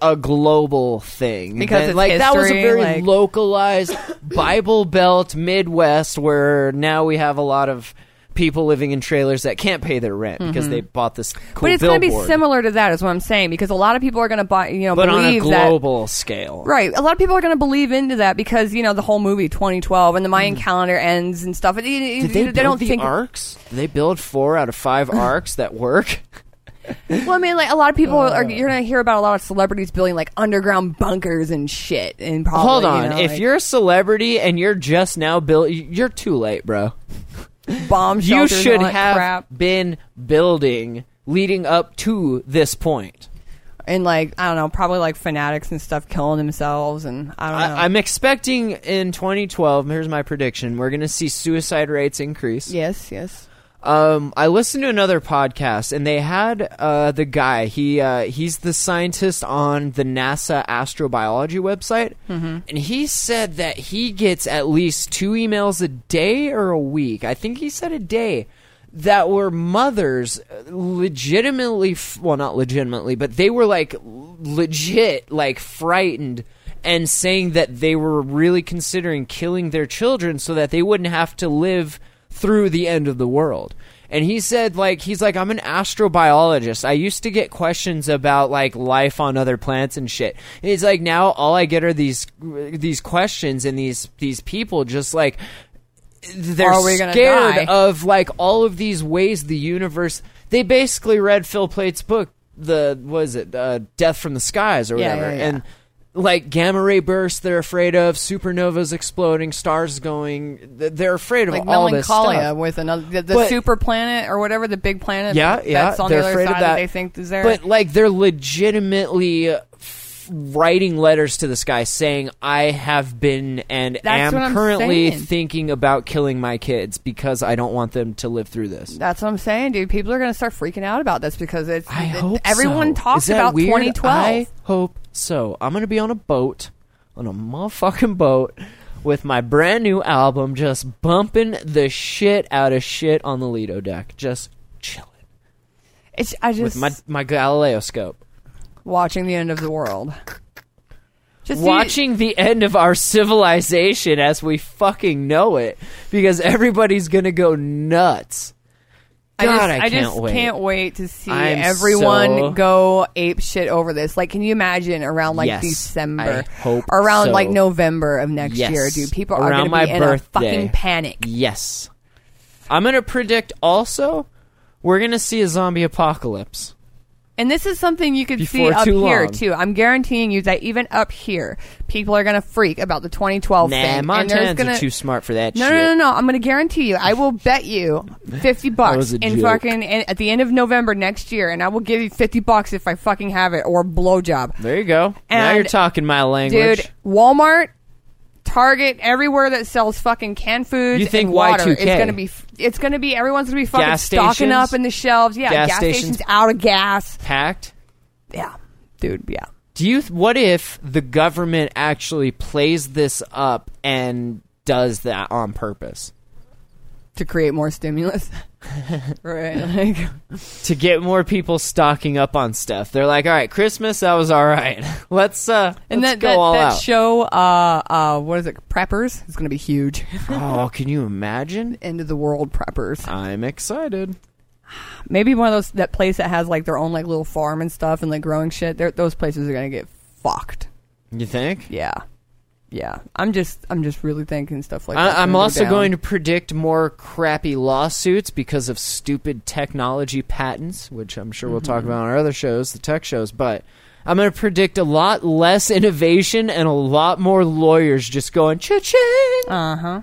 S1: a global thing.
S2: Because
S1: than-
S2: it's
S1: like that was a
S2: history,
S1: very
S2: like-
S1: localized Bible Belt Midwest, where now we have a lot of people living in trailers that can't pay their rent because they bought this. Cool
S2: Mm-hmm. but it's
S1: going to
S2: be similar to that, is what I'm saying, because a lot of people are going to buy, you know,
S1: but on a
S2: believe that.
S1: global scale.
S2: Right, a lot of people are going to believe into that because you know the whole movie 2012 and the
S1: Mm.
S2: Mayan calendar ends and stuff. Did they,
S1: Did they, build
S2: don't
S1: the
S2: think.
S1: arcs? Did they build four out of five arcs that work?
S2: Well, I mean, like a lot of people
S1: Uh.
S2: are. You're going to hear about a lot of celebrities building like underground bunkers and shit. And probably,
S1: Hold
S2: Oh, you
S1: on.
S2: know,
S1: if
S2: like,
S1: you're a celebrity and you're just now built, you're too late, bro.
S2: bomb
S1: You
S2: shelters and
S1: should
S2: all that
S1: have
S2: crap.
S1: been building leading up to this point.
S2: and like I don't know, probably like fanatics and stuff killing themselves and I don't know.
S1: I, I'm expecting in 2012. Here's my prediction: we're going to see suicide rates increase.
S2: yes, yes.
S1: Um, I listened to another podcast, and they had uh, the guy. He uh, he's the scientist on the NASA astrobiology website, and he said that he gets at least two emails a day or a week. I think he said a day that were mothers legitimately f- well not legitimately but they were like l- legit like frightened and saying that they were really considering killing their children so that they wouldn't have to live through the end of the world. And he said, like, he's like, I'm an astrobiologist. I used to get questions about like life on other planets and shit. And he's like, now all I get are these these questions and these these people just like they're
S2: Are we gonna die?
S1: scared of like all of these ways the universe. They basically read Phil Plate's book, the was it uh, Death from the Skies or
S2: Yeah,
S1: whatever,
S2: yeah, yeah.
S1: and like gamma ray bursts they're afraid of, supernovas exploding, stars going. th- They're afraid of
S2: like
S1: all this
S2: melancholia
S1: stuff.
S2: with another the, the
S1: But-
S2: super planet or whatever the big planet.
S1: Yeah, yeah,
S2: that's on
S1: they're
S2: the other
S1: afraid
S2: side
S1: of that.
S2: they think is there.
S1: But like they're legitimately uh, f- writing letters to this guy saying I have been and
S2: That's what
S1: am
S2: I'm
S1: currently
S2: saying.
S1: thinking about killing my kids because I don't want them to live through this.
S2: that's what I'm saying, dude. People are gonna start freaking out about this because it's
S1: I
S2: it-
S1: hope
S2: everyone
S1: so.
S2: talks
S1: Is that
S2: about
S1: weird?
S2: 2012.
S1: I hope so. I'm gonna be on a boat, on a motherfucking boat, with my brand new album, just bumping the shit out of shit on the Lido deck, just chilling
S2: it's I just
S1: with my my Galileo scope,
S2: watching the end of the world. Just see-
S1: watching the end of our civilization as we fucking know it, because everybody's gonna go nuts. God,
S2: I just,
S1: I, can't
S2: just
S1: wait.
S2: can't wait to see
S1: I'm
S2: everyone
S1: so-
S2: go ape shit over this. Like, can you imagine around like
S1: Yes,
S2: December,
S1: I hope
S2: or around
S1: so.
S2: like November of next
S1: Yes.
S2: year, dude? People are
S1: Around
S2: going
S1: my
S2: to be in a
S1: birthday.
S2: fucking panic.
S1: Yes. I'm going to predict also we're going to see a zombie apocalypse.
S2: And this is something you could see
S1: Before
S2: up
S1: too
S2: here
S1: long.
S2: too. I'm guaranteeing you that even up here, people are going to freak about the 2012
S1: Nah,
S2: thing. and there's
S1: Montanans
S2: gonna-
S1: are too smart for that
S2: No,
S1: shit.
S2: no, no, no! I'm going to guarantee you. I will bet you fifty bucks
S1: was a
S2: in
S1: joke.
S2: fucking in, at the end of November next year, and I will give you fifty bucks if I fucking have it or blowjob.
S1: There you go. now
S2: And-
S1: you're talking my language.
S2: Dude, Walmart, Target, everywhere that sells fucking canned foods
S1: You think
S2: and water,
S1: Y2K?
S2: it's gonna be it's gonna be everyone's gonna be fucking
S1: Gas
S2: stocking
S1: stations?
S2: up in the shelves. Yeah,
S1: Gas
S2: gas,
S1: stations?
S2: stations out of gas.
S1: Packed.
S2: Yeah, dude. Yeah.
S1: Do you what if the government actually plays this up and does that on purpose
S2: To create more stimulus, right? Like,
S1: to get more people stocking up on stuff? They're like, "All right, Christmas, that was all right. Let's uh
S2: and
S1: let's
S2: that
S1: go
S2: that,
S1: all
S2: that
S1: out."
S2: show, uh, uh, what is it? Preppers is going to be huge.
S1: oh, can you imagine?
S2: End of the world preppers.
S1: I'm excited.
S2: Maybe one of those that place that has like their own like little farm and stuff and like growing shit. They're, those places are going to get fucked.
S1: You think?
S2: Yeah. Yeah. I'm just I'm just really thinking stuff like that.
S1: I, I'm also going to predict more crappy lawsuits because of stupid technology patents, which I'm sure we'll
S2: Mm-hmm.
S1: talk about on our other shows, the tech shows. But I'm going to predict a lot less innovation and a lot more lawyers just going cha-ching.
S2: Uh huh.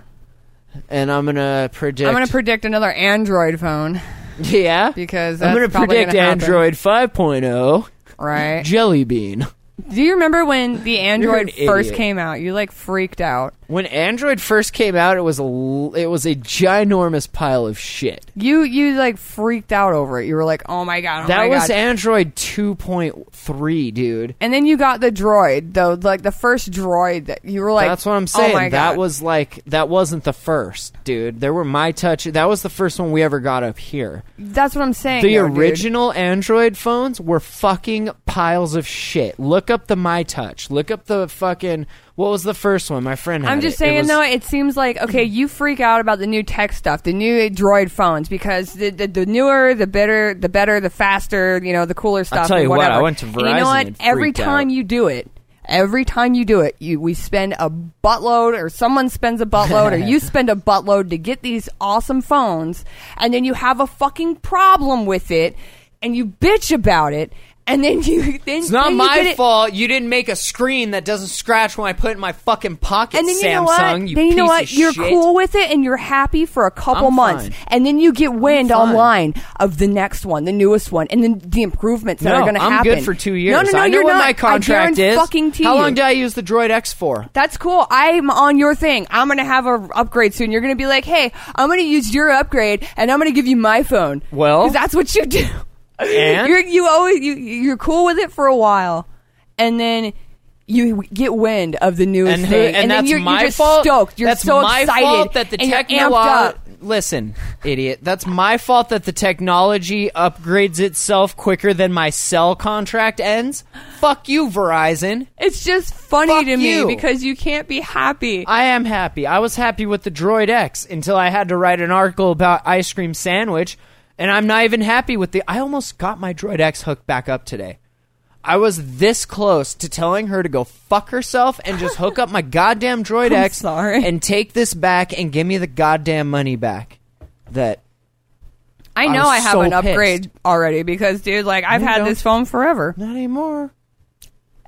S1: And I'm going to predict.
S2: I'm going to predict another Android phone,
S1: yeah,
S2: because
S1: I'm
S2: that's
S1: gonna
S2: probably
S1: predict
S2: gonna happen.
S1: Android 5.0
S2: right?
S1: Jelly Bean.
S2: Do you remember when the Android
S1: You're an
S2: first
S1: idiot.
S2: came out? You like freaked out.
S1: When Android first came out, it was a l- it was a ginormous pile of shit.
S2: You you like freaked out over it. You were like, "Oh my god, oh
S1: that
S2: my
S1: was
S2: god."
S1: Android 2.3, dude.
S2: and then you got the droid, though, like the first droid that you were like,
S1: That's what I'm
S2: "Oh
S1: saying.
S2: my
S1: that
S2: God."
S1: was like that wasn't the first, dude. There were my touch. That was the first one we ever got up here.
S2: that's what I'm saying.
S1: The
S2: though, dude.
S1: original Android phones were fucking piles of shit. Look up the my touch. Look up the fucking what was the first one? My friend. Had
S2: I'm just
S1: it. It
S2: saying
S1: was-
S2: though, it seems like okay, you freak out about the new tech stuff, the new Droid phones, because the the, the newer, the better, the better, the faster, you know, the cooler stuff.
S1: tell
S2: and
S1: you what,
S2: whatever.
S1: I went to
S2: And you know
S1: Verizon
S2: what?
S1: and
S2: every
S1: freaked
S2: time
S1: out.
S2: you do it, every time you do it, you we spend a buttload, or someone spends a buttload, or you spend a buttload to get these awesome phones, and then you have a fucking problem with it, and you bitch about it, and then you then
S1: It's not
S2: then you
S1: my
S2: get it-
S1: fault. You didn't make a screen that doesn't scratch when I put it in my fucking pocket.
S2: and then you
S1: Samsung,
S2: know what?
S1: you
S2: then you know
S1: piece
S2: what?
S1: of
S2: You're
S1: shit.
S2: cool with it, and you're happy for a couple
S1: I'm
S2: months,
S1: fine.
S2: and then you get wind
S1: fine.
S2: online of the next one, the newest one, and then the improvements that
S1: No,
S2: are going to
S1: I'm
S2: happen.
S1: good for two years.
S2: No, no, no,
S1: I know
S2: you're
S1: what
S2: not.
S1: my contract
S2: I guarantee
S1: is.
S2: Fucking to
S1: How
S2: you.
S1: long did I use the Droid X for?
S2: That's cool. I'm on your thing. I'm going to have a upgrade soon. You're going to be like, hey, I'm going to use your upgrade, and I'm going to give you my phone.
S1: Well-
S2: 'Cause that's what you do.
S1: And?
S2: you're, you always you you're cool with it for a while, and then. You get wind of the newest
S1: and who,
S2: thing,
S1: and,
S2: then
S1: that's
S2: you're,
S1: my
S2: you're just
S1: fault.
S2: stoked. You're
S1: that's
S2: so
S1: my
S2: excited
S1: fault that the
S2: and you're amped
S1: technolo-
S2: up.
S1: listen, idiot. That's my fault that the technology upgrades itself quicker than my cell contract ends. Fuck you, Verizon.
S2: It's just funny
S1: Fuck
S2: to me
S1: you.
S2: because you can't be happy.
S1: I am happy. I was happy with the Droid X until I had to write an article about ice cream sandwich, and I'm not even happy with the. I almost got my Droid X hooked back up today. I was this close to telling her to go fuck herself and just hook up my goddamn Droid X
S2: sorry.
S1: and take this back and give me the goddamn money back. That
S2: I
S1: I
S2: know
S1: was
S2: I, have
S1: so
S2: an upgrade already because, dude, like I've
S1: No, you
S2: had
S1: don't.
S2: this phone forever.
S1: not anymore.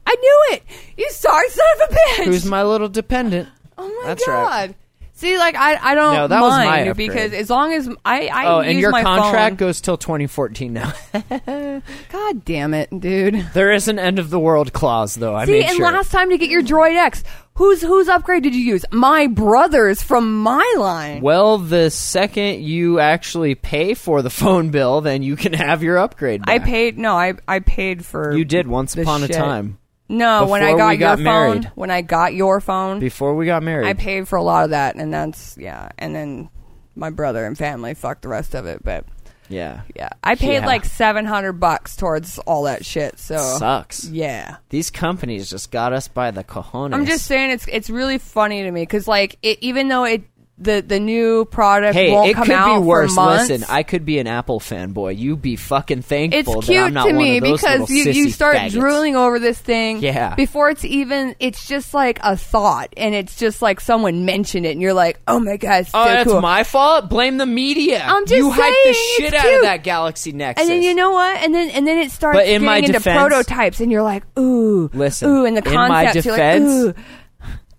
S2: I knew it. You sorry son of a bitch.
S1: Who's my little dependent?
S2: oh my
S1: That's
S2: god.
S1: right.
S2: See, like I, I don't
S1: No, that was my
S2: mind
S1: upgrade.
S2: because as long as I, I
S1: Oh,
S2: use
S1: and your
S2: my
S1: contract
S2: phone.
S1: goes till 2014 now.
S2: God damn it, dude.
S1: there is an end of the world clause though. I
S2: See,
S1: made
S2: and
S1: sure.
S2: last time to get your Droid X, whose whose upgrade did you use? My brother's from my line.
S1: Well, the second you actually pay for the phone bill, then you can have your upgrade.
S2: I
S1: back.
S2: paid no, I I paid for
S1: You did once
S2: the
S1: upon a
S2: shit.
S1: time
S2: No, when I
S1: Before
S2: got,
S1: we got
S2: your
S1: married.
S2: phone, when I got your phone,
S1: before we got married.
S2: I paid for a lot of that, and that's yeah. And then my brother and family fucked the rest of it, but
S1: yeah,
S2: yeah, I paid
S1: Yeah.
S2: like seven hundred bucks towards all that shit. So
S1: sucks.
S2: yeah.
S1: These companies just got us by the cojones.
S2: I'm just saying it's it's really funny to me because like it, even though it the the new product
S1: Hey,
S2: won't
S1: it
S2: come
S1: could
S2: out
S1: be worse.
S2: for months,
S1: Listen, I could be an Apple fanboy. You be fucking
S2: it's
S1: thankful that
S2: cute
S1: I'm not
S2: to
S1: one
S2: me
S1: of those
S2: because
S1: little
S2: you, you
S1: sissy
S2: start
S1: faggots.
S2: drooling over this thing
S1: Yeah.
S2: before it's even it's just like a thought and it's just like someone mentioned it and you're like oh my god it's
S1: Oh,
S2: so
S1: that's
S2: cool.
S1: my fault. Blame the media.
S2: I'm just
S1: you hyped the
S2: saying, it's
S1: shit out
S2: cute.
S1: of that Galaxy Nexus.
S2: And then you know what? And then and then it starts
S1: But in
S2: getting
S1: my
S2: into
S1: defense-
S2: prototypes, and you're like, ooh,
S1: Listen,
S2: ooh, and the
S1: in my
S2: concepts.
S1: defense,
S2: you're like, ooh,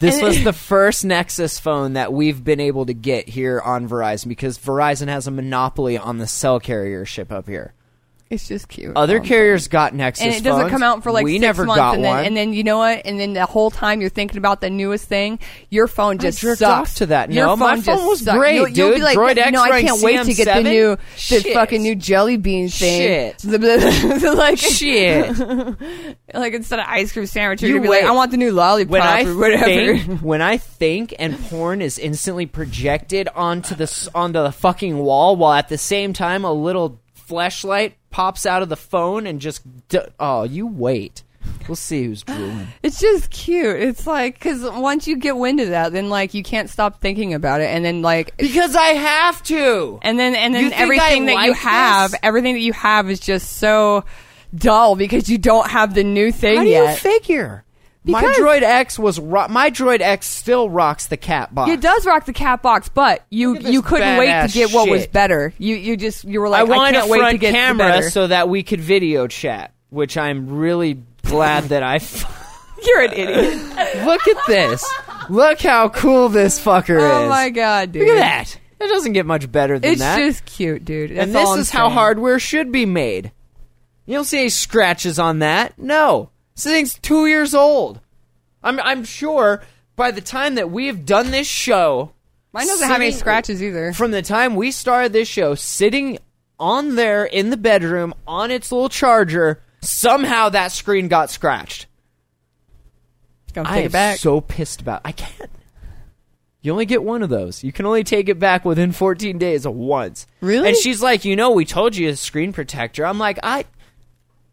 S1: This
S2: And-
S1: was the first Nexus phone that we've been able to get here on Verizon because Verizon has a monopoly on the cell carriership up here.
S2: it's just cute.
S1: Other
S2: Um,
S1: carriers got Nexus,
S2: and it doesn't
S1: phones.
S2: come out for like
S1: we
S2: six
S1: never
S2: months,
S1: got
S2: and
S1: one.
S2: then and then you know what? And then the whole time you're thinking about the newest thing, your phone just
S1: jerked
S2: sucks.
S1: off to that.
S2: Your
S1: No,
S2: phone
S1: my phone
S2: just
S1: was
S2: sucks.
S1: great,
S2: You'll, you'll be
S1: dude.
S2: like,
S1: Droid
S2: no, I
S1: X-Ray
S2: can't wait to get the
S1: CM7?
S2: new, the
S1: Shit.
S2: fucking new jelly bean thing.
S1: Shit.
S2: like
S1: Shit.
S2: like instead of ice cream sandwich, you're
S1: You
S2: gonna be like,
S1: wait.
S2: I want the new lollipop
S1: when I
S2: or whatever.
S1: think, when I think, and porn is instantly projected onto the s- onto the fucking wall, while at the same time a little flashlight pops out of the phone and just d- oh, you wait. We'll see who's drooling.
S2: It's just cute. It's like because once you get wind of that, then like you can't stop thinking about it, and then like,
S1: Because I have to.
S2: and then and
S1: You
S2: then
S1: think
S2: everything
S1: I
S2: that
S1: like
S2: you
S1: this?
S2: have, everything that you have is just so dull because you don't have the new thing
S1: How do you
S2: yet.
S1: figure? my
S2: Because-
S1: Droid X was ro- my Droid X still rocks the cat box.
S2: it does rock the cat box, but you
S1: Look at
S2: you
S1: this
S2: couldn't wait to
S1: badass
S2: get what was
S1: shit.
S2: better. You you just you were
S1: I
S2: like, I,
S1: wanted
S2: can't
S1: a
S2: wait to
S1: front
S2: get the
S1: camera
S2: better.
S1: so that we could video chat, which I'm really glad that I. F-
S2: You're an idiot.
S1: Look at this! Look how cool this fucker is!
S2: oh my god, dude!
S1: Look at that! It doesn't get much better than
S2: It's
S1: that.
S2: just cute, dude.
S1: and
S2: That's
S1: this
S2: all I'm
S1: is how
S2: saying.
S1: hardware should be made. You don't see any scratches on that. No, this thing's two years old. I'm I'm sure by the time that we have done this show,
S2: Mine doesn't have any
S1: sitting-
S2: scratches either.
S1: From the time we started this show, sitting on there in the bedroom on its little charger, somehow that screen got scratched.
S2: Gonna
S1: I
S2: take
S1: am
S2: it back.
S1: so pissed about. I can't. You only get one of those. You can only take it back within 14 days of once.
S2: Really?
S1: And she's like, you know, we told you a screen protector. I'm like, I,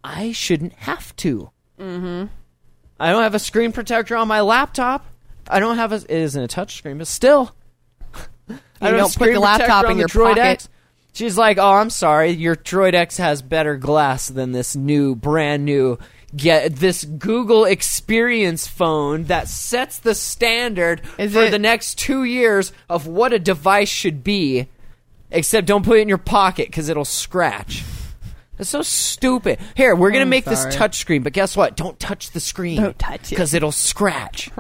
S1: I shouldn't have to. Mm-hmm. I don't have a screen protector on my laptop. I don't have a. It isn't a touch screen, but still. I
S2: You
S1: have a
S2: don't put
S1: screen
S2: the
S1: protector
S2: laptop
S1: on
S2: in
S1: the
S2: your
S1: Droid
S2: pocket.
S1: X. She's like, "Oh, I'm sorry. Your Droid X has better glass than this new, brand new, get this Google Experience phone that sets the standard
S2: Is
S1: for
S2: it-
S1: the next two years of what a device should be. Except, don't put it in your pocket because it'll scratch. That's so stupid. Here, we're gonna
S2: I'm
S1: make
S2: sorry.
S1: this touch screen, but guess what? Don't touch the screen.
S2: Don't touch it.
S1: because it'll scratch."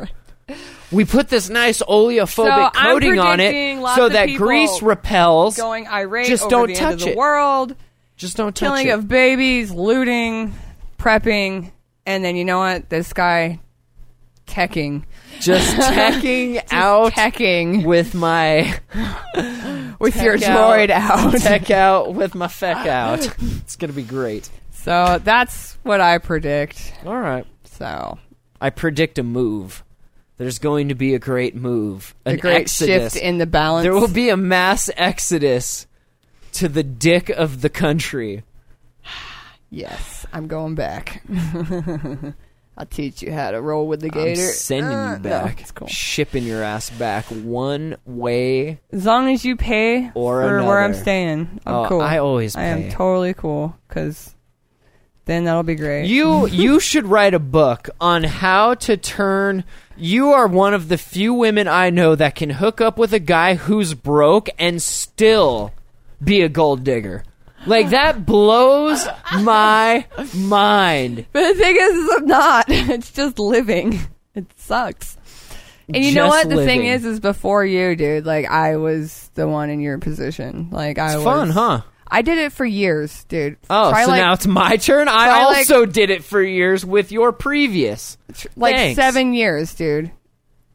S1: We put this nice oleophobic
S2: So I'm
S1: coating on
S2: predicting
S1: it
S2: lots
S1: so
S2: of
S1: that
S2: people
S1: grease repels.
S2: going irate
S1: Just
S2: over
S1: don't
S2: the end
S1: touch
S2: of the
S1: it.
S2: world,
S1: Just don't touch
S2: killing
S1: it.
S2: of babies, looting, prepping, and then you know what? This guy teching,
S1: Just teching out
S2: teching
S1: with my
S2: with your
S1: Tech
S2: droid out.
S1: tech out with my feck out. It's gonna be great.
S2: So that's what I predict.
S1: All right,
S2: So
S1: I predict a move. there's going to be a great move, an
S2: a great
S1: exodus.
S2: shift in the balance.
S1: there will be a mass exodus to the dick of the country.
S2: yes, I'm going back. I'll teach you how to roll with the
S1: I'm
S2: gator.
S1: sending you
S2: Uh, no,
S1: back,
S2: it's cool.
S1: shipping your ass back one way.
S2: As long as you pay
S1: Or
S2: for where I'm
S1: another.
S2: staying, I'm
S1: Oh,
S2: cool.
S1: I always
S2: I am
S1: pay.
S2: totally cool because then that'll be great.
S1: You you should write a book on how to turn. You are one of the few women I know that can hook up with a guy who's broke and still be a gold digger. Like that blows my mind.
S2: But the thing is, is I'm not. It's just living. It sucks. And you know
S1: Just
S2: what? The thing
S1: living.
S2: is, is before you, dude. Like I was the one in your position. Like I
S1: It's
S2: was
S1: fun, huh?
S2: I did it for years, dude.
S1: Oh,
S2: Try,
S1: so
S2: like,
S1: now it's my turn. I
S2: try, like-
S1: also did it for years with your previous.
S2: like
S1: Thanks.
S2: seven years, dude.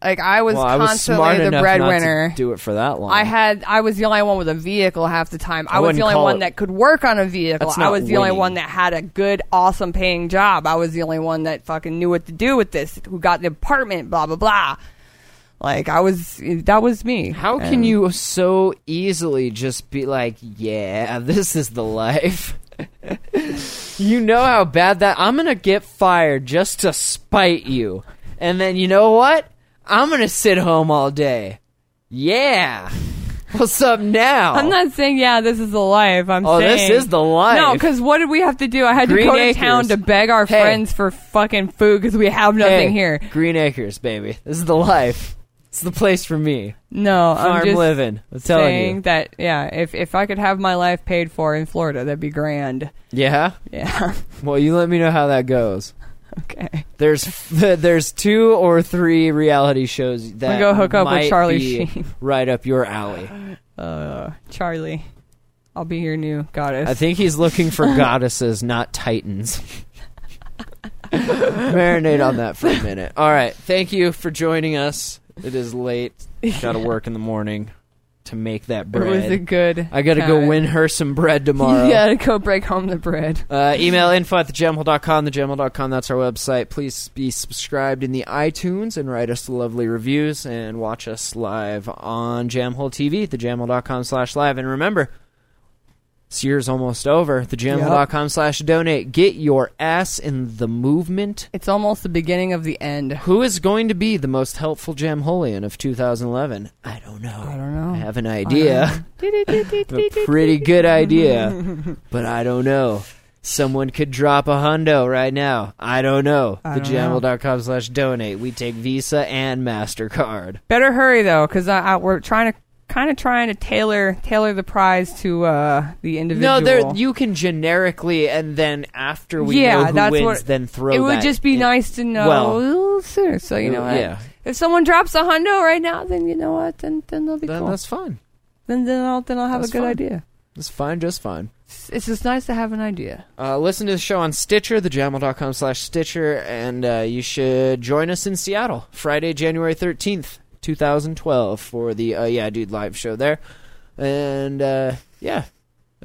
S2: Like I was
S1: Well, I was
S2: constantly
S1: smart
S2: the
S1: enough
S2: breadwinner.
S1: not to do it for that long.
S2: I had I was the only one with a vehicle half the time. I, was
S1: wouldn't
S2: the only
S1: call
S2: one
S1: it-
S2: that could work on a vehicle.
S1: That's
S2: I
S1: not
S2: was the only
S1: winning.
S2: one that had a good, awesome paying job. I was the only one that fucking knew what to do with this, who got the apartment, blah blah blah. Like I was that was me.
S1: How can
S2: And-
S1: you so easily just be like, yeah, this is the life? you know how bad that I'm going to get fired just to spite you. And then you know what? I'm going to sit home all day. Yeah. What's up now?
S2: I'm not saying yeah, this is the life. I'm
S1: Oh, this
S2: saying
S1: is the life.
S2: No, because what did we have to do? I had
S1: Green
S2: to go
S1: Acres.
S2: to town to beg our
S1: Hey.
S2: friends for fucking food because we have nothing
S1: Hey,
S2: here.
S1: Green Acres, baby. This is the life. It's the place for me.
S2: No, I'm
S1: Farm
S2: just
S1: living. I'm telling
S2: saying
S1: you.
S2: that yeah. If if I could have my life paid for in Florida, that'd be grand.
S1: Yeah.
S2: Yeah.
S1: Well, you let me know how that goes.
S2: okay.
S1: There's there's two or three reality shows that
S2: I'll go hook up with
S1: might
S2: Charlie
S1: be
S2: Sheen.
S1: right up your alley.
S2: Uh, Charlie, I'll be your new goddess.
S1: I think he's looking for goddesses, not titans. Marinate on that for a minute. All right, thank you for joining us. It is late. Got to work in the morning to make that
S2: it was a
S1: bread.
S2: good.
S1: I got to go
S2: time.
S1: win her some bread tomorrow.
S2: You gotta go break home the bread.
S1: Uh, email info at thegemhole.com, thegemhole.com, that's our website. Please be subscribed in the iTunes and write us lovely reviews and watch us live on Jamhole TV, thegemhole.com slash live. And remember, this year's almost over, thegemhole.com slash donate. Get your ass in the movement.
S2: It's almost the beginning of the end.
S1: Who is going to be the most helpful Jamholian of 2011? I don't know. I
S2: don't know.
S1: I have an idea. a pretty good idea, but I don't know. Someone could drop a hundo right now. I don't know. Thejamel.com slash donate. We take Visa and MasterCard.
S2: Better hurry though, because I, I we're trying to kind of trying to tailor tailor the prize to uh the individual.
S1: No, there you can generically and then after we
S2: yeah,
S1: know who
S2: that's
S1: wins,
S2: what.
S1: then throw
S2: it would
S1: that
S2: just be
S1: in.
S2: nice to know a
S1: Well,
S2: little sooner, so you know. what?
S1: yeah.
S2: If someone drops a hundo right now, then you know what? Then then they'll be
S1: then
S2: cool.
S1: that's fine.
S2: then then I'll then I'll have a
S1: That's
S2: good
S1: fine.
S2: idea.
S1: That's fine, just fine.
S2: It's- It's just nice to have an idea.
S1: Uh, listen to the show on Stitcher, thejamel.com slash Stitcher, and uh, you should join us in Seattle Friday, January 13th, 2012, for the uh, Yeah Dude live show there. And uh, yeah,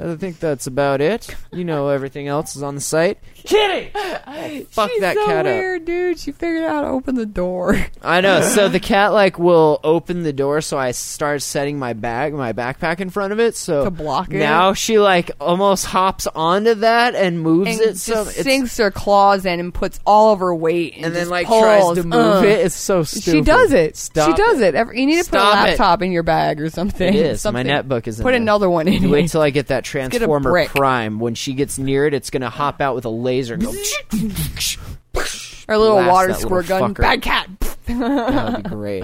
S1: I think that's about it. You know, everything else is on the site. Kitty! Fuck
S2: She's
S1: that
S2: so
S1: cat up.
S2: weird, dude. She figured out how to open the door.
S1: I know. So the cat like will open the door, so I start setting my bag, my backpack in front of it, so
S2: To block it.
S1: Now she like almost hops onto that and moves
S2: and
S1: it.
S2: just
S1: so it's-
S2: sinks her claws in and puts all of her weight and,
S1: and then
S2: just
S1: like
S2: pulls.
S1: tries to move
S2: Ugh.
S1: it. It's so stupid.
S2: She does it.
S1: Stop
S2: she does it. Every, you need to
S1: Stop
S2: put a
S1: it.
S2: laptop in your bag or something.
S1: It is.
S2: Something.
S1: My netbook is in
S2: Put
S1: there.
S2: another one in.
S1: You
S2: it.
S1: wait till I get that
S2: get a
S1: Transformer
S2: brick.
S1: Prime. When she gets near it, it's gonna hop out with a laser. And go,
S2: Or a little
S1: blast
S2: water
S1: that little
S2: squirt gun.
S1: fucker.
S2: Bad cat.
S1: that would be great.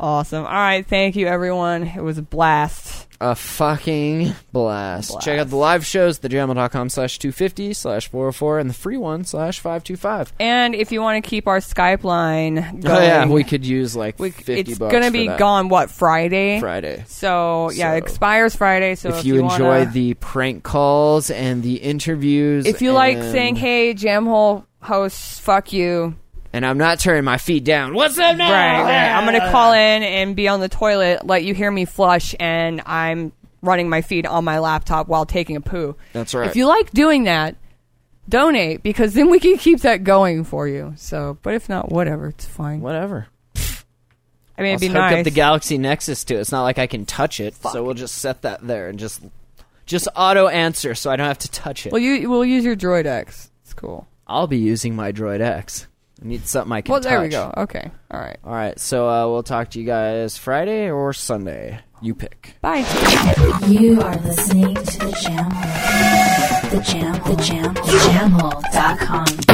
S2: Awesome. All right. Thank you, everyone. It was a blast.
S1: A fucking blast.
S2: Blast.
S1: Check out the live shows, thejamal.com slash 250 slash 404 and the free one slash 525.
S2: And if you want to keep our Skype line going,
S1: Oh, yeah. We could use like
S2: we-
S1: 50
S2: it's
S1: bucks.
S2: gonna
S1: for
S2: be
S1: that
S2: gone. What Friday?
S1: Friday.
S2: So yeah, it
S1: So-
S2: expires Friday. So if,
S1: if you, enjoy
S2: wanna-
S1: the prank calls and the interviews,
S2: if you like
S1: and-
S2: saying, "Hey, jam hole hosts, fuck you,"
S1: and I'm not turning my feet down, what's up now?
S2: right, right, I'm gonna call in and be on the toilet, let you hear me flush, and I'm running my feet on my laptop while taking a poo.
S1: That's right.
S2: If you like doing that, donate because then we can keep that going for you. So, but if not, whatever, it's fine.
S1: Whatever.
S2: I mean, it'd
S1: Let's
S2: be
S1: hook
S2: nice.
S1: up the Galaxy Nexus to it. It's not like I can touch it, so we'll just set that there and just just auto answer, so I don't have to touch it.
S2: well, you we'll use your Droid X. It's cool.
S1: I'll be using my Droid X. I need something I can
S2: Well,
S1: touch.
S2: there we go. Okay. All right.
S1: All right, so uh, we'll talk to you guys Friday or Sunday. You pick.
S2: Bye.
S4: You are listening to the Jam Hole. The Jam, the Jam, the Jamhole.com.